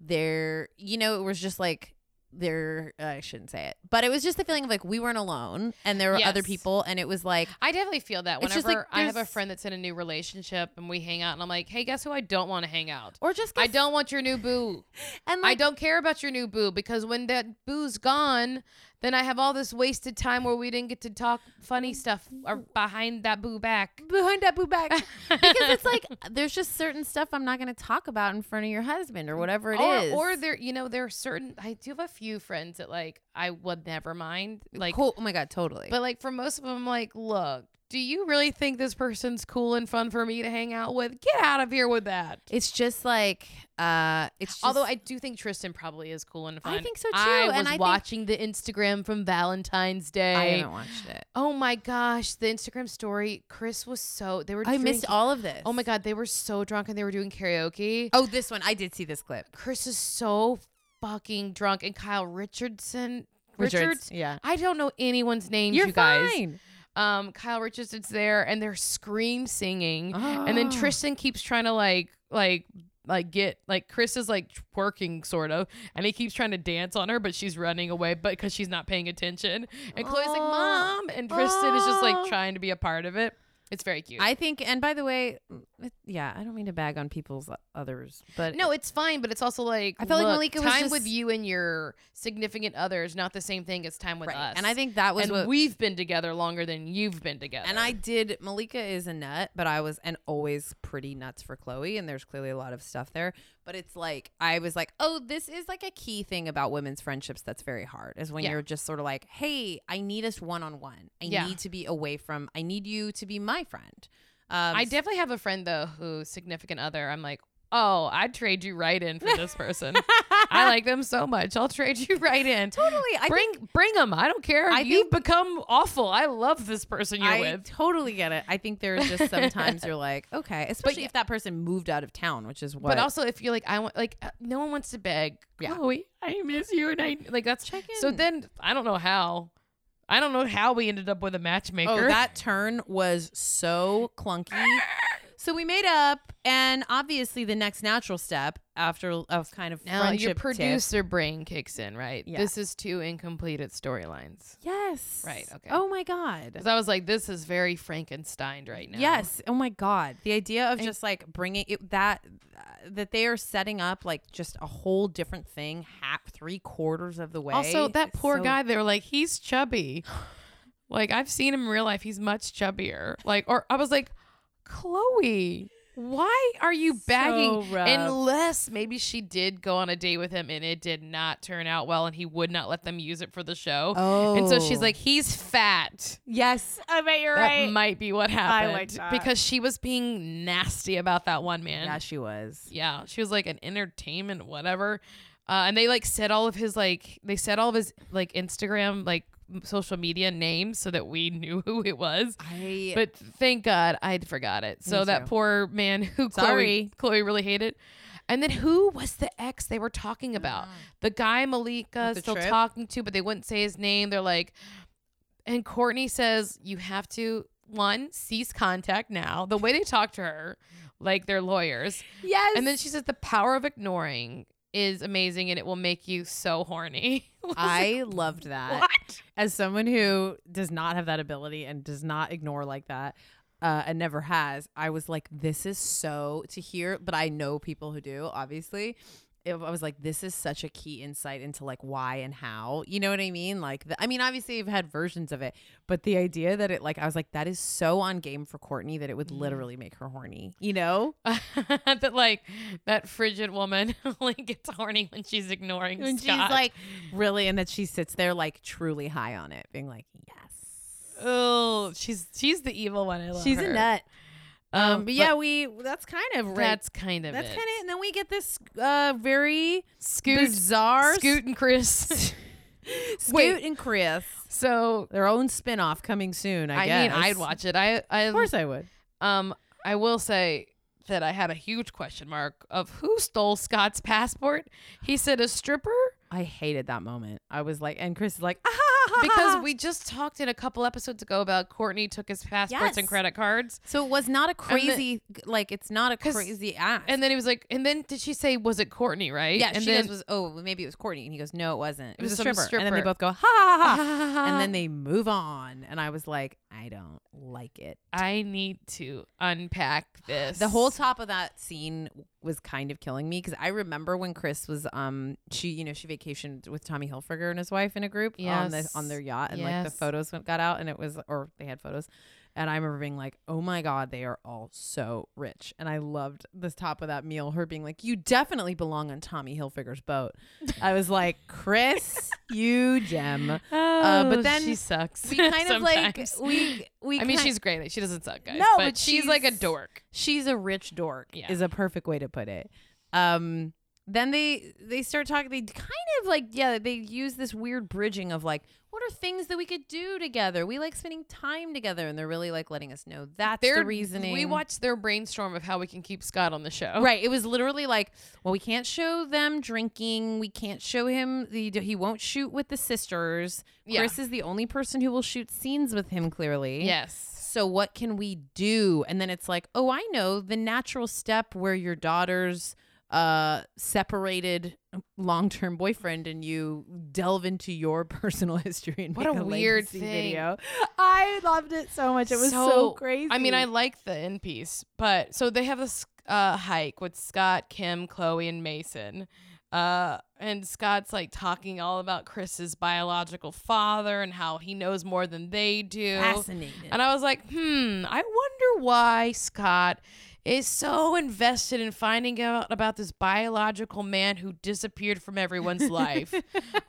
Speaker 2: they're, you know, it was just like, there, uh, I shouldn't say it, but it was just the feeling of like we weren't alone and there were other
Speaker 1: Yes.
Speaker 2: people. And it was like,
Speaker 1: I definitely feel that
Speaker 2: It's
Speaker 1: whenever
Speaker 2: just like
Speaker 1: I have a
Speaker 2: there's-
Speaker 1: friend that's in a new relationship and we hang out, and I'm like, hey, guess who I don't want to hang out.
Speaker 2: or just,
Speaker 1: I
Speaker 2: get-
Speaker 1: don't want your new boo.
Speaker 2: and
Speaker 1: I
Speaker 2: like,
Speaker 1: don't care about your new boo because when that boo's gone, Then I have all this wasted time where we didn't get to talk funny stuff or behind that boo back.
Speaker 2: behind that boo back because it's like there's just certain stuff I'm not going to talk about in front of your husband or whatever it
Speaker 1: Mm, or,
Speaker 2: is.
Speaker 1: or there, you know, there are certain. I do have a few friends that like I would never mind. Like,
Speaker 2: cool. Oh my god, totally.
Speaker 1: but like for most of them, I'm like, look, do you really think this person's cool and fun for me to hang out with? Get out of here with that.
Speaker 2: it's just like uh, it's. Just,
Speaker 1: Although I do think Tristan probably is cool and fun.
Speaker 2: I think so too,
Speaker 1: I was
Speaker 2: and I think-
Speaker 1: watching the Instagram from Valentine's Day.
Speaker 2: I haven't watched it.
Speaker 1: Oh my gosh, the Instagram story. Chris was so they were.
Speaker 2: I missed
Speaker 1: drinking-
Speaker 2: all of this.
Speaker 1: Oh my god, they were so drunk and they were doing karaoke.
Speaker 2: Oh, this one I did see this clip.
Speaker 1: Chris is so fucking drunk, and Kyle Richardson. Richards.
Speaker 2: Yeah.
Speaker 1: I don't know anyone's names,
Speaker 3: You're
Speaker 1: you guys.
Speaker 3: fine.
Speaker 1: Um, Kyle Richardson's there, and they're scream singing, and then Tristan keeps trying to like, like, like get like Chris is like twerking sort of, and he keeps trying to dance on her, but she's running away, but because she's not paying attention, and Chloe's like,
Speaker 2: Aw.
Speaker 1: "Mom," and Tristan is just like
Speaker 2: Aw.
Speaker 1: trying to be a part of it. It's very cute.
Speaker 2: I think, and by the way, it- yeah, I don't mean to bag on people's others, but
Speaker 1: No, it's fine, but it's also like
Speaker 2: I felt like
Speaker 1: look,
Speaker 2: Malika was
Speaker 1: time with
Speaker 2: just-
Speaker 1: you and your significant other is not the same thing as time with
Speaker 2: Right.
Speaker 1: us.
Speaker 2: And I think that was
Speaker 1: and
Speaker 2: what
Speaker 1: we've been together longer than you've been together.
Speaker 2: And I did. Malika is a nut, but I was and always pretty nuts for Chloe. And there's clearly a lot of stuff there. But it's like I was like, oh, this is like a key thing about women's friendships that's very hard is when
Speaker 1: Yeah.
Speaker 2: you're just sort of like, hey, I need us one on one. I
Speaker 1: Yeah.
Speaker 2: need to be away from. I need you to be my friend. Um,
Speaker 1: I definitely have a friend though who significant other. I'm like, oh, I'd trade you right in for this person. I like them so much. I'll trade you right in.
Speaker 2: totally. I
Speaker 1: bring
Speaker 2: think
Speaker 1: bring them. I don't care.
Speaker 2: I
Speaker 1: You've become awful. I love this person you're
Speaker 2: I
Speaker 1: with.
Speaker 2: totally get it. I think there's just sometimes you're like, okay, especially if that person moved out of town, which is what.
Speaker 1: But also, if you're like, I want, like, uh, no one wants to beg.
Speaker 2: Yeah.
Speaker 1: Chloe, I miss you, and I like that's
Speaker 2: Check
Speaker 1: So
Speaker 2: in.
Speaker 1: then I don't know how, I don't know how we ended up with a matchmaker.
Speaker 2: Oh, that turn was so clunky. So we made up, and obviously the next natural step after a kind of
Speaker 1: now
Speaker 2: friendship
Speaker 1: your
Speaker 2: tip-
Speaker 1: producer brain kicks in, right?
Speaker 2: Yeah.
Speaker 1: This is two incompleted storylines.
Speaker 2: Yes.
Speaker 1: Right, okay.
Speaker 2: Oh my god.
Speaker 1: Because I was like, this is very Frankenstein right now.
Speaker 2: Yes. Oh my god. The idea of just like bringing it that that they are setting up like just a whole different thing, half three quarters of the way.
Speaker 1: Also, that
Speaker 2: is
Speaker 1: poor
Speaker 2: so-
Speaker 1: guy, they were like, he's chubby. Like I've seen him in real life, he's much chubbier. Like, or I was like, Chloe, why are you bagging?
Speaker 3: rough.
Speaker 1: Unless maybe she did go on a date with him and it did not turn out well, and he would not let them use it for the show.
Speaker 2: Oh.
Speaker 1: And so she's like, he's fat.
Speaker 2: yes.
Speaker 3: I bet you're
Speaker 1: That
Speaker 3: right.
Speaker 1: might be what happened.
Speaker 3: like that.
Speaker 1: Because she was being nasty about that one man.
Speaker 2: Yeah, she was.
Speaker 1: Yeah, she was like an entertainment whatever. Uh, and they like said all of his like they said all of his like Instagram like m- social media names so that we knew who it was.
Speaker 2: I
Speaker 1: But thank God I'd forgot it. So that
Speaker 2: too.
Speaker 1: poor man who Chloe
Speaker 2: Sorry.
Speaker 1: Chloe really hated. And then who was the ex they were talking about? The guy Malika
Speaker 2: Mm. With the
Speaker 1: still
Speaker 2: trip?
Speaker 1: talking to, but they wouldn't say his name. They're like, and Courtney says you have to one cease contact now. The way they talk to her, like they're lawyers.
Speaker 2: yes.
Speaker 1: And then she says the power of ignoring is amazing and it will make you so horny.
Speaker 2: I loved that.
Speaker 1: what?
Speaker 3: as someone who does not have that ability and does not ignore like that uh, and never has, I was like,
Speaker 2: this is so to hear, but I know people who do, obviously. It, I was like, this is such a key insight into like why and how. You know what I mean? Like, the, I mean, obviously, you've had versions of it, but the idea that it, like, I was like, that is so on game for Courtney that it
Speaker 1: Mm.
Speaker 2: would literally make her horny, you know?
Speaker 1: that like that frigid woman only gets horny when she's ignoring
Speaker 2: And she's
Speaker 1: Scott.
Speaker 2: like, really? And that she sits there, like, truly high on it, being like, yes.
Speaker 1: oh, she's she's the evil one. I love
Speaker 2: She's
Speaker 1: her.
Speaker 2: a nut.
Speaker 1: Um,
Speaker 2: Um, but, yeah, we, that's kind of right.
Speaker 1: that's kind of
Speaker 2: that's
Speaker 1: it.
Speaker 2: kind of, and then we get this uh very
Speaker 1: Scoot,
Speaker 2: bizarre
Speaker 1: Scoot and Chris.
Speaker 2: Scoot
Speaker 1: Wait.
Speaker 2: and Chris.
Speaker 1: so
Speaker 2: Their own spin-off coming soon, I,
Speaker 1: I,
Speaker 2: guess.
Speaker 1: mean, I'd watch it. I I
Speaker 3: of course I would.
Speaker 1: um I will say that I had a huge question mark of who stole Scott's passport. He said a stripper.
Speaker 2: I hated that moment. I was like, and Chris is like, ah,
Speaker 1: because we just talked in a couple episodes ago about Courtney took his passports and
Speaker 2: Yes.
Speaker 1: credit cards.
Speaker 2: so it was not a
Speaker 1: then-
Speaker 2: crazy, like it's not a
Speaker 1: 'Cause-
Speaker 2: crazy act.
Speaker 1: And then he was like, and then did she say, was it Courtney, right?
Speaker 2: yeah,
Speaker 1: and
Speaker 2: she
Speaker 1: then,
Speaker 2: goes, was oh well, maybe it was Courtney, and he goes, no, it wasn't. It,
Speaker 1: was
Speaker 2: was, a
Speaker 1: some
Speaker 2: stripper. And then they
Speaker 1: stripper.
Speaker 2: both go ha ha ha, ha. and then they move on. And I was like, I I don't like it.
Speaker 1: I need to unpack this.
Speaker 2: The whole top of that scene was kind of killing me because I remember when Chris was um she you know she vacationed with Tommy Hilfiger and his wife in a group on the
Speaker 1: Yes.
Speaker 2: on their yacht and like
Speaker 1: Yes.
Speaker 2: the photos went, got out and it was or they had photos and I remember being like oh my god they are all so rich and I loved this top of that meal her being like you definitely belong on Tommy Hilfiger's boat I was like Chris you gem uh, but
Speaker 1: Oh,
Speaker 2: then
Speaker 1: she sucks.
Speaker 2: we kind of like
Speaker 1: sometimes.
Speaker 2: we we
Speaker 1: I mean,
Speaker 2: kind-
Speaker 1: she's great. She doesn't suck, guys.
Speaker 2: No,
Speaker 1: but,
Speaker 2: but
Speaker 1: she's, like a
Speaker 2: she's-
Speaker 1: dork.
Speaker 2: she's a rich dork
Speaker 1: Yeah.
Speaker 2: is a perfect way to put it um then they they start talking they kind of like yeah they use this weird bridging of like what are things that we could do together we like spending time together and they're really like letting us know that's the reasoning Oh.
Speaker 1: We watched their brainstorm of how we can keep Scott on the show.
Speaker 2: Right. It was literally like, well, we can't show them drinking. We can't show him. The, he won't shoot with the sisters.
Speaker 1: Yeah.
Speaker 2: Chris is the only person who will shoot scenes with him, clearly.
Speaker 1: Yes.
Speaker 2: So what can we do? And then it's like, oh, I know the natural step where your daughter's uh separated um, long-term boyfriend and you delve into your personal history and
Speaker 1: What
Speaker 2: make
Speaker 1: a weird
Speaker 2: legacy
Speaker 1: thing.
Speaker 2: video. I loved it so much. It was so,
Speaker 1: So,
Speaker 2: crazy.
Speaker 1: I mean, I like the end piece, but so they have this uh, hike with Scott, Kim, Chloe, and Mason. Uh, and Scott's like talking all about Chris's biological father and how he knows more than they do.
Speaker 2: fascinated.
Speaker 1: And I was like, hmm, I wonder why Scott is so invested in finding out about this biological man who disappeared from everyone's life.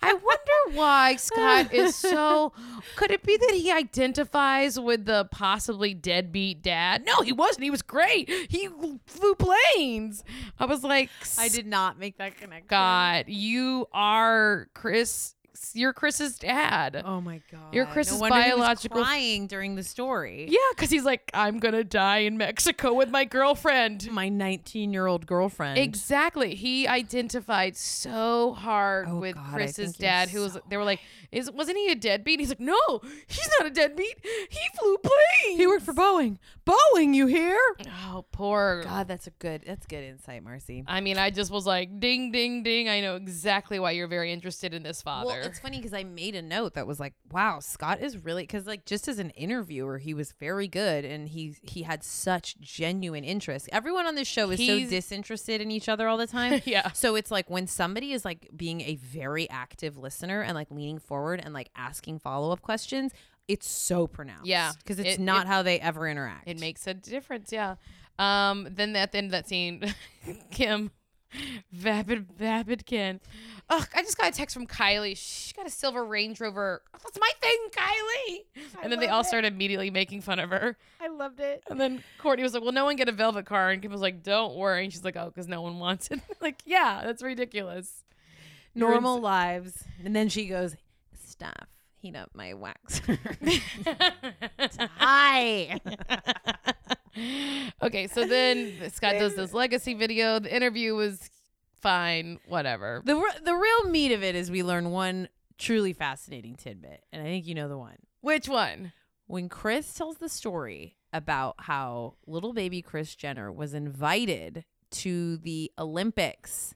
Speaker 1: I wonder why Scott is so. Could it be that he identifies with the possibly deadbeat dad? No, he wasn't. He was great. He flew planes. I was like,
Speaker 2: I did not make that connection.
Speaker 1: Scott, you are Chris. You're Chris's dad.
Speaker 2: Oh my god.
Speaker 1: You're Chris's
Speaker 2: wonder he was
Speaker 1: biological-
Speaker 2: crying during the story.
Speaker 1: Yeah, because he's like, I'm gonna die in Mexico with my girlfriend.
Speaker 2: My 19-year-old girlfriend.
Speaker 1: Exactly. He identified so hard
Speaker 2: Oh,
Speaker 1: with
Speaker 2: God, I
Speaker 1: Chris's
Speaker 2: think you're
Speaker 1: dad, who was.
Speaker 2: so
Speaker 1: they were like, "Is wasn't he a deadbeat?" He's like, "No, he's not a deadbeat. He flew planes.
Speaker 2: He worked for Boeing. Boeing, you hear?
Speaker 1: Oh, poor.
Speaker 2: God, that's a good that's good insight, Marcy.
Speaker 1: I mean, I just was like, "Ding, ding, ding." I know exactly why you're very interested in this father.
Speaker 2: Well, it's funny because I made a note that was like, "Wow, Scott is really because like just as an interviewer, he was very good, and he he had such genuine interest. Everyone on this show is
Speaker 1: He's-
Speaker 2: so disinterested in each other all the time.
Speaker 1: Yeah.
Speaker 2: So it's like when somebody is like being a very active listener and like leaning forward and like asking follow up questions, it's so pronounced.
Speaker 1: Yeah.
Speaker 2: because it's
Speaker 1: It-
Speaker 2: not how they ever interact.
Speaker 1: It makes a difference, yeah. Um, then at the end of that scene, Kim, vapid, vapid Ken. Ugh, I just got a text from Kylie. She got a silver Range Rover. That's my thing, Kylie. And then they all started immediately making fun of her.
Speaker 3: I loved it.
Speaker 1: And then Courtney was like, "Well, no one get a velvet car," and Kim was like, "Don't worry." And she's like, "Oh, because no one wants it." like, yeah, that's ridiculous. You're
Speaker 2: normal lives, and then she goes, "Stuff, heat up my waxer." Hi.
Speaker 1: okay, so then Scott does this legacy video. The interview was fine, whatever.
Speaker 2: The re- the real meat of it is we learn one truly fascinating tidbit, and I think you know the one.
Speaker 1: Which one?
Speaker 2: When Chris tells the story about how little baby Chris Jenner was invited to the Olympics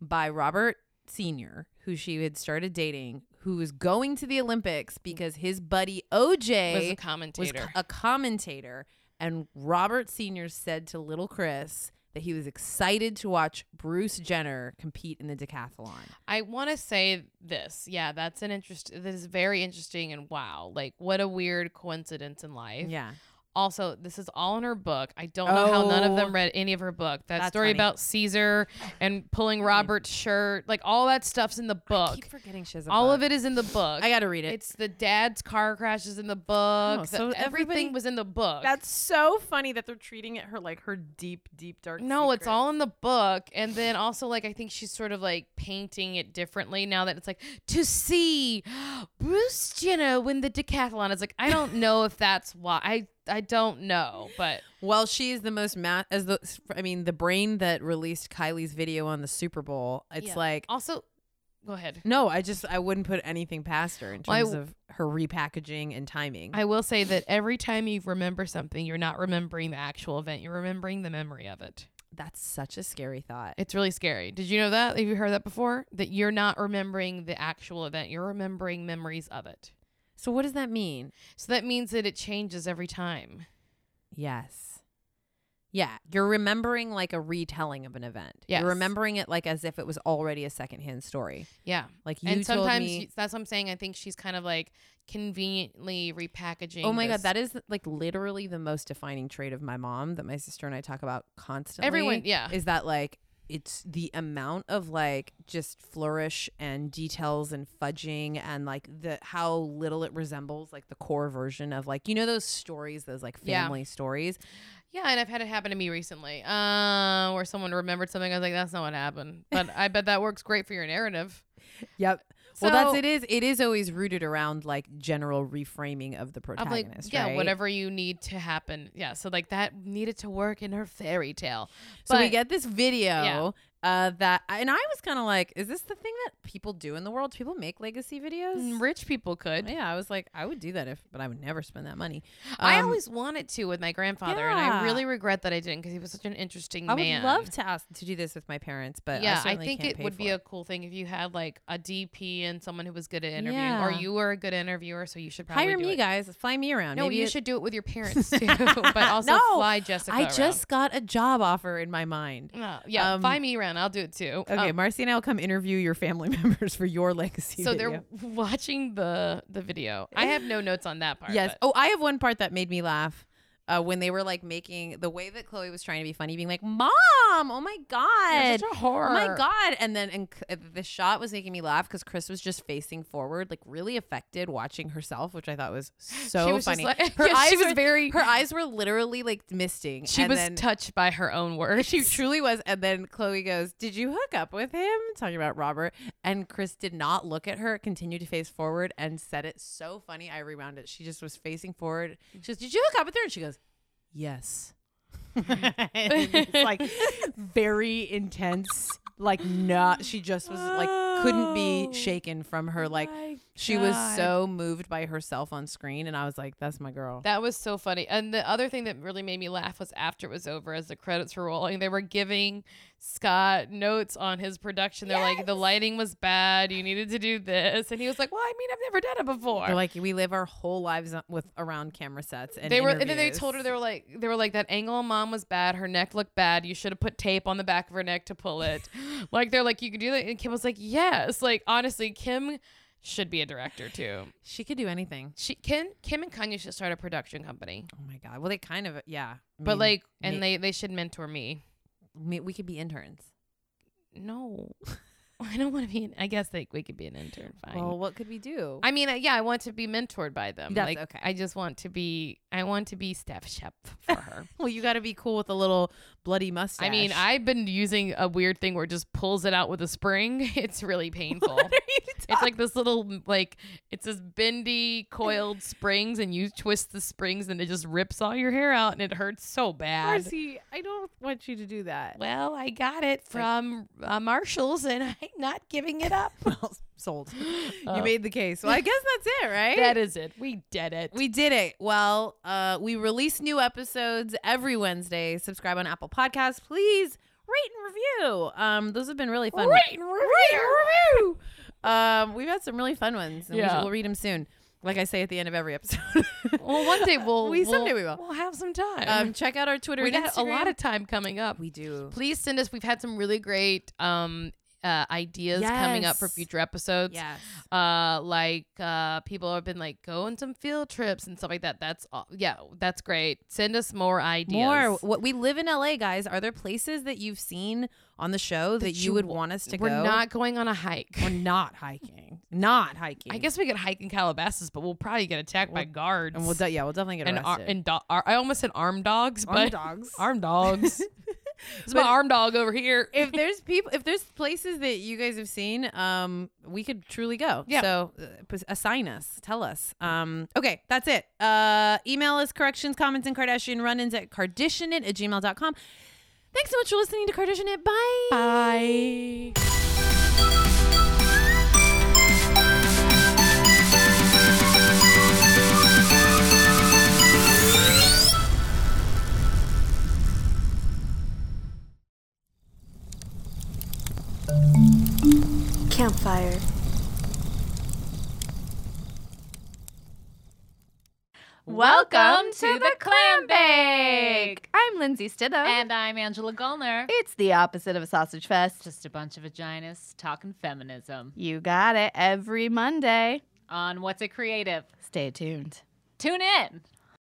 Speaker 2: by Robert Sr., who she had started dating, who was going to the Olympics because his buddy OJ
Speaker 1: was a
Speaker 2: was
Speaker 1: commentator.
Speaker 2: a commentator, and Robert Sr. said to little Chris that he was excited to watch Bruce Jenner compete in the decathlon.
Speaker 1: I want to say this. Yeah, that's an interest. This is very interesting and wow, like what a weird coincidence in life.
Speaker 2: Yeah.
Speaker 1: Also, this is all in her book. I don't know how none of
Speaker 2: Oh.
Speaker 1: them read any of her book. That
Speaker 2: That's
Speaker 1: story
Speaker 2: funny.
Speaker 1: about Caesar and pulling Robert's shirt, like all that stuff's in the book.
Speaker 2: Keep forgetting she has
Speaker 1: All of it is in the book.
Speaker 2: I gotta read it.
Speaker 1: it's the dad's car crashes in the book.
Speaker 2: Oh,
Speaker 1: The-
Speaker 2: so
Speaker 1: everything
Speaker 2: everybody-
Speaker 1: was in the book.
Speaker 3: That's so funny that they're treating it her like her deep, deep dark.
Speaker 1: No, it's
Speaker 3: secret.
Speaker 1: all in the book. And then also, like, I think she's sort of like painting it differently now that it's like to see Bruce Jenner win the decathlon. It's like, I don't know if that's why. I, I don't know. But
Speaker 2: well, she is the most ma- as the I mean the brain that released Kylie's video on the Super Bowl. It's
Speaker 1: Yeah.
Speaker 2: like
Speaker 1: also, go ahead.
Speaker 2: no, I just I wouldn't put anything past her in
Speaker 1: Well, I
Speaker 2: terms
Speaker 1: w-
Speaker 2: of her repackaging and timing.
Speaker 1: I will say that every time you remember something, you're not remembering the actual event, you're remembering the memory of it.
Speaker 2: That's such a scary thought.
Speaker 1: It's really scary. Did you know that? Have you heard that before? That you're not remembering the actual event, you're remembering memories of it.
Speaker 2: So what does that mean?
Speaker 1: So that means that it changes every time.
Speaker 2: Yes. Yeah, you're remembering like a retelling of an event.
Speaker 1: Yes.
Speaker 2: You're remembering it like as if it was already a secondhand story.
Speaker 1: Yeah.
Speaker 2: Like you
Speaker 1: and sometimes
Speaker 2: told me.
Speaker 1: y- that's what I'm saying. I think she's kind of like conveniently repackaging.
Speaker 2: oh my
Speaker 1: this-
Speaker 2: god, that is like literally the most defining trait of my mom that my sister and I talk about constantly.
Speaker 1: everyone. Yeah.
Speaker 2: is that like it's the amount of like just flourish and details and fudging and like the how little it resembles like the core version of like you know those stories those like
Speaker 1: Yeah.
Speaker 2: family stories
Speaker 1: Yeah, and I've had it happen to me recently, uh, where someone remembered something. I was like, "That's not what happened," but I bet that works great for your narrative.
Speaker 2: yep well that's
Speaker 1: So-
Speaker 2: it is it is always rooted around like general reframing of the
Speaker 1: I'm like,
Speaker 2: protagonist
Speaker 1: yeah,
Speaker 2: right?
Speaker 1: whatever you need to happen. Yeah, so like that needed to work in her fairy tale.
Speaker 2: So we
Speaker 1: But-
Speaker 2: get this video
Speaker 1: Yeah.
Speaker 2: uh, that, and I was kind of like, is this the thing that people do in the world? Do people make legacy videos?
Speaker 1: Mm, Rich people could.
Speaker 2: Yeah, I was like, I would do that if, but I would never spend that money.
Speaker 1: I
Speaker 2: Um,
Speaker 1: always wanted to with my grandfather, and I
Speaker 2: yeah.
Speaker 1: really regret that I didn't because he was such an interesting
Speaker 2: I
Speaker 1: man.
Speaker 2: would love to ask to do this with my parents, but
Speaker 1: yeah,
Speaker 2: I,
Speaker 1: I,
Speaker 2: certainly
Speaker 1: think
Speaker 2: can't
Speaker 1: it
Speaker 2: pay
Speaker 1: would be
Speaker 2: for
Speaker 1: a cool thing if you had like a DP and someone who was good at interviewing, or
Speaker 2: Yeah.
Speaker 1: you were a good interviewer, so you should probably
Speaker 2: hire
Speaker 1: do
Speaker 2: me,
Speaker 1: it.
Speaker 2: guys. Fly me around.
Speaker 1: No,
Speaker 2: Maybe
Speaker 1: you
Speaker 2: it-
Speaker 1: should do it with your parents too, but also
Speaker 2: No,
Speaker 1: fly Jessica.
Speaker 2: I
Speaker 1: around.
Speaker 2: just got a job offer in my mind.
Speaker 1: Uh, yeah,
Speaker 2: Um,
Speaker 1: find me around. I'll do it too.
Speaker 2: Okay,
Speaker 1: Um,
Speaker 2: Marcy and I will come interview your family members for your legacy.
Speaker 1: so
Speaker 2: video.
Speaker 1: they're watching the the video. I have no notes on that part.
Speaker 2: Yes.
Speaker 1: but-
Speaker 2: Oh, I have one part that made me laugh. Uh, when they were like making the way that Chloe was trying to be funny, being like, "Mom, oh my
Speaker 1: You're
Speaker 2: god,
Speaker 1: such a horror.
Speaker 2: oh my god," and then and c- the shot was making me laugh because Chris was just facing forward, like really affected watching herself, which I thought was so
Speaker 1: she was
Speaker 2: funny.
Speaker 1: Just like,
Speaker 2: her
Speaker 1: yeah,
Speaker 2: eyes
Speaker 1: she was
Speaker 2: were,
Speaker 1: very.
Speaker 2: her eyes were literally like misting.
Speaker 1: she
Speaker 2: and
Speaker 1: was
Speaker 2: then-
Speaker 1: touched by her own words.
Speaker 2: she truly was. And then Chloe goes, Did you hook up with him? Talking about Robert. And Chris did not look at her, continued to face forward, and said it so funny. I rewound it. She just was facing forward. She goes, Did you hook up with her? And she goes, Yes.
Speaker 3: it's like very intense like not
Speaker 2: She just was like, couldn't be
Speaker 3: Oh,
Speaker 2: shaken from her. Like,
Speaker 3: my
Speaker 2: she was
Speaker 3: God.
Speaker 2: so moved by herself on screen. And I was like, That's my girl.
Speaker 1: That was so funny. And the other thing that really made me laugh was after it was over, as the credits were rolling, they were giving Scott notes on his production. They're like, the lighting was bad. You needed to do this. And he was like, well, I mean, I've never done it before.
Speaker 2: They're like, We live our whole lives on- with around camera sets. And
Speaker 1: they were, and then they
Speaker 2: interviews."
Speaker 1: told her they were like, they were like that angle on mom was bad. Her neck looked bad. You should have put tape on the back of her neck to pull it. like they're like, you could do that. And Kim was like, yes. Like honestly, Kim should be a director too.
Speaker 2: She could do anything.
Speaker 1: She Kim Kim and Kanye should start a production company.
Speaker 2: Oh my God. Well, they kind of, yeah. I
Speaker 1: But
Speaker 2: mean,
Speaker 1: like, and
Speaker 2: ma-
Speaker 1: they they should mentor me.
Speaker 2: me- we could be interns.
Speaker 1: no i don't want to be an i guess like we could be an intern fine
Speaker 2: Well, what could we do?
Speaker 1: i mean I, yeah i want to be mentored by them
Speaker 2: That's
Speaker 1: like
Speaker 2: okay.
Speaker 1: i just want to be i want to be staff chef for her
Speaker 2: well, you got to be cool with a little bloody mustache.
Speaker 1: i mean i've been using a weird thing where it just pulls it out with a spring it's really painful
Speaker 2: What are you
Speaker 1: it's like this little like it's this bendy coiled springs and you twist the springs and it just rips all your hair out and it hurts so bad
Speaker 3: Marcy, I don't want you to do that.
Speaker 1: well i got it from uh, marshalls and i'm not giving it up
Speaker 2: well, sold. Oh.
Speaker 1: Uh,
Speaker 2: you made the case. Well, I guess that's it, right?
Speaker 1: that is it we did it
Speaker 2: we did it. Well, uh, we release new episodes every Wednesday. Subscribe on Apple Podcasts, please. Rate and review. Um, those have been really fun.
Speaker 1: Rate and
Speaker 2: review. Um, we've had some really fun ones, and we
Speaker 1: Yeah.
Speaker 2: will read them soon. Like I say at the end of every episode.
Speaker 1: Well, one day we'll
Speaker 2: We-
Speaker 1: we'll,
Speaker 2: someday we will.
Speaker 1: We'll have some time.
Speaker 2: um, check out our Twitter.
Speaker 1: we
Speaker 2: and
Speaker 1: got a lot
Speaker 2: Instagram.
Speaker 1: of time coming up.
Speaker 2: We do.
Speaker 1: Please send us. We've had some really great um uh, ideas coming up for
Speaker 2: Yes.
Speaker 1: future episodes.
Speaker 2: Yes.
Speaker 1: Uh, like uh, people have been like, go on some field trips and stuff like that. That's all. Yeah, that's great. Send us more ideas.
Speaker 2: More. What we live in LA, guys. Are there places that you've seen on the show that, you,
Speaker 1: you
Speaker 2: would want us to
Speaker 1: We're
Speaker 2: go?
Speaker 1: not going on a hike.
Speaker 2: We're not hiking. Not hiking.
Speaker 1: I guess we could hike in Calabasas, but we'll probably get attacked by guards
Speaker 2: And we'll. De- yeah, we'll definitely get
Speaker 1: and, ar-
Speaker 2: arrested.
Speaker 1: and do- ar- I almost said arm dogs, but
Speaker 2: dogs.
Speaker 1: arm dogs. it's my arm dog over here.
Speaker 2: if there's people, if there's places that you guys have seen, um, we could truly go.
Speaker 1: Yeah.
Speaker 2: So uh, pos- assign us, tell us. Um, okay, that's it. Uh, email us corrections, comments, and Kardashian run-ins at Kardashianit at gmail.com. Thanks so much for listening to Kardashian It. Bye.
Speaker 1: Bye.
Speaker 4: Campfire. Welcome to the Clam Bake. I'm Lindsay Stidham.
Speaker 1: And I'm Angela Gullner.
Speaker 4: it's the opposite of a sausage fest.
Speaker 1: Just a bunch of vaginas talking feminism
Speaker 4: You got it every Monday.
Speaker 1: on What's It Creative.
Speaker 4: Stay tuned.
Speaker 1: Tune in.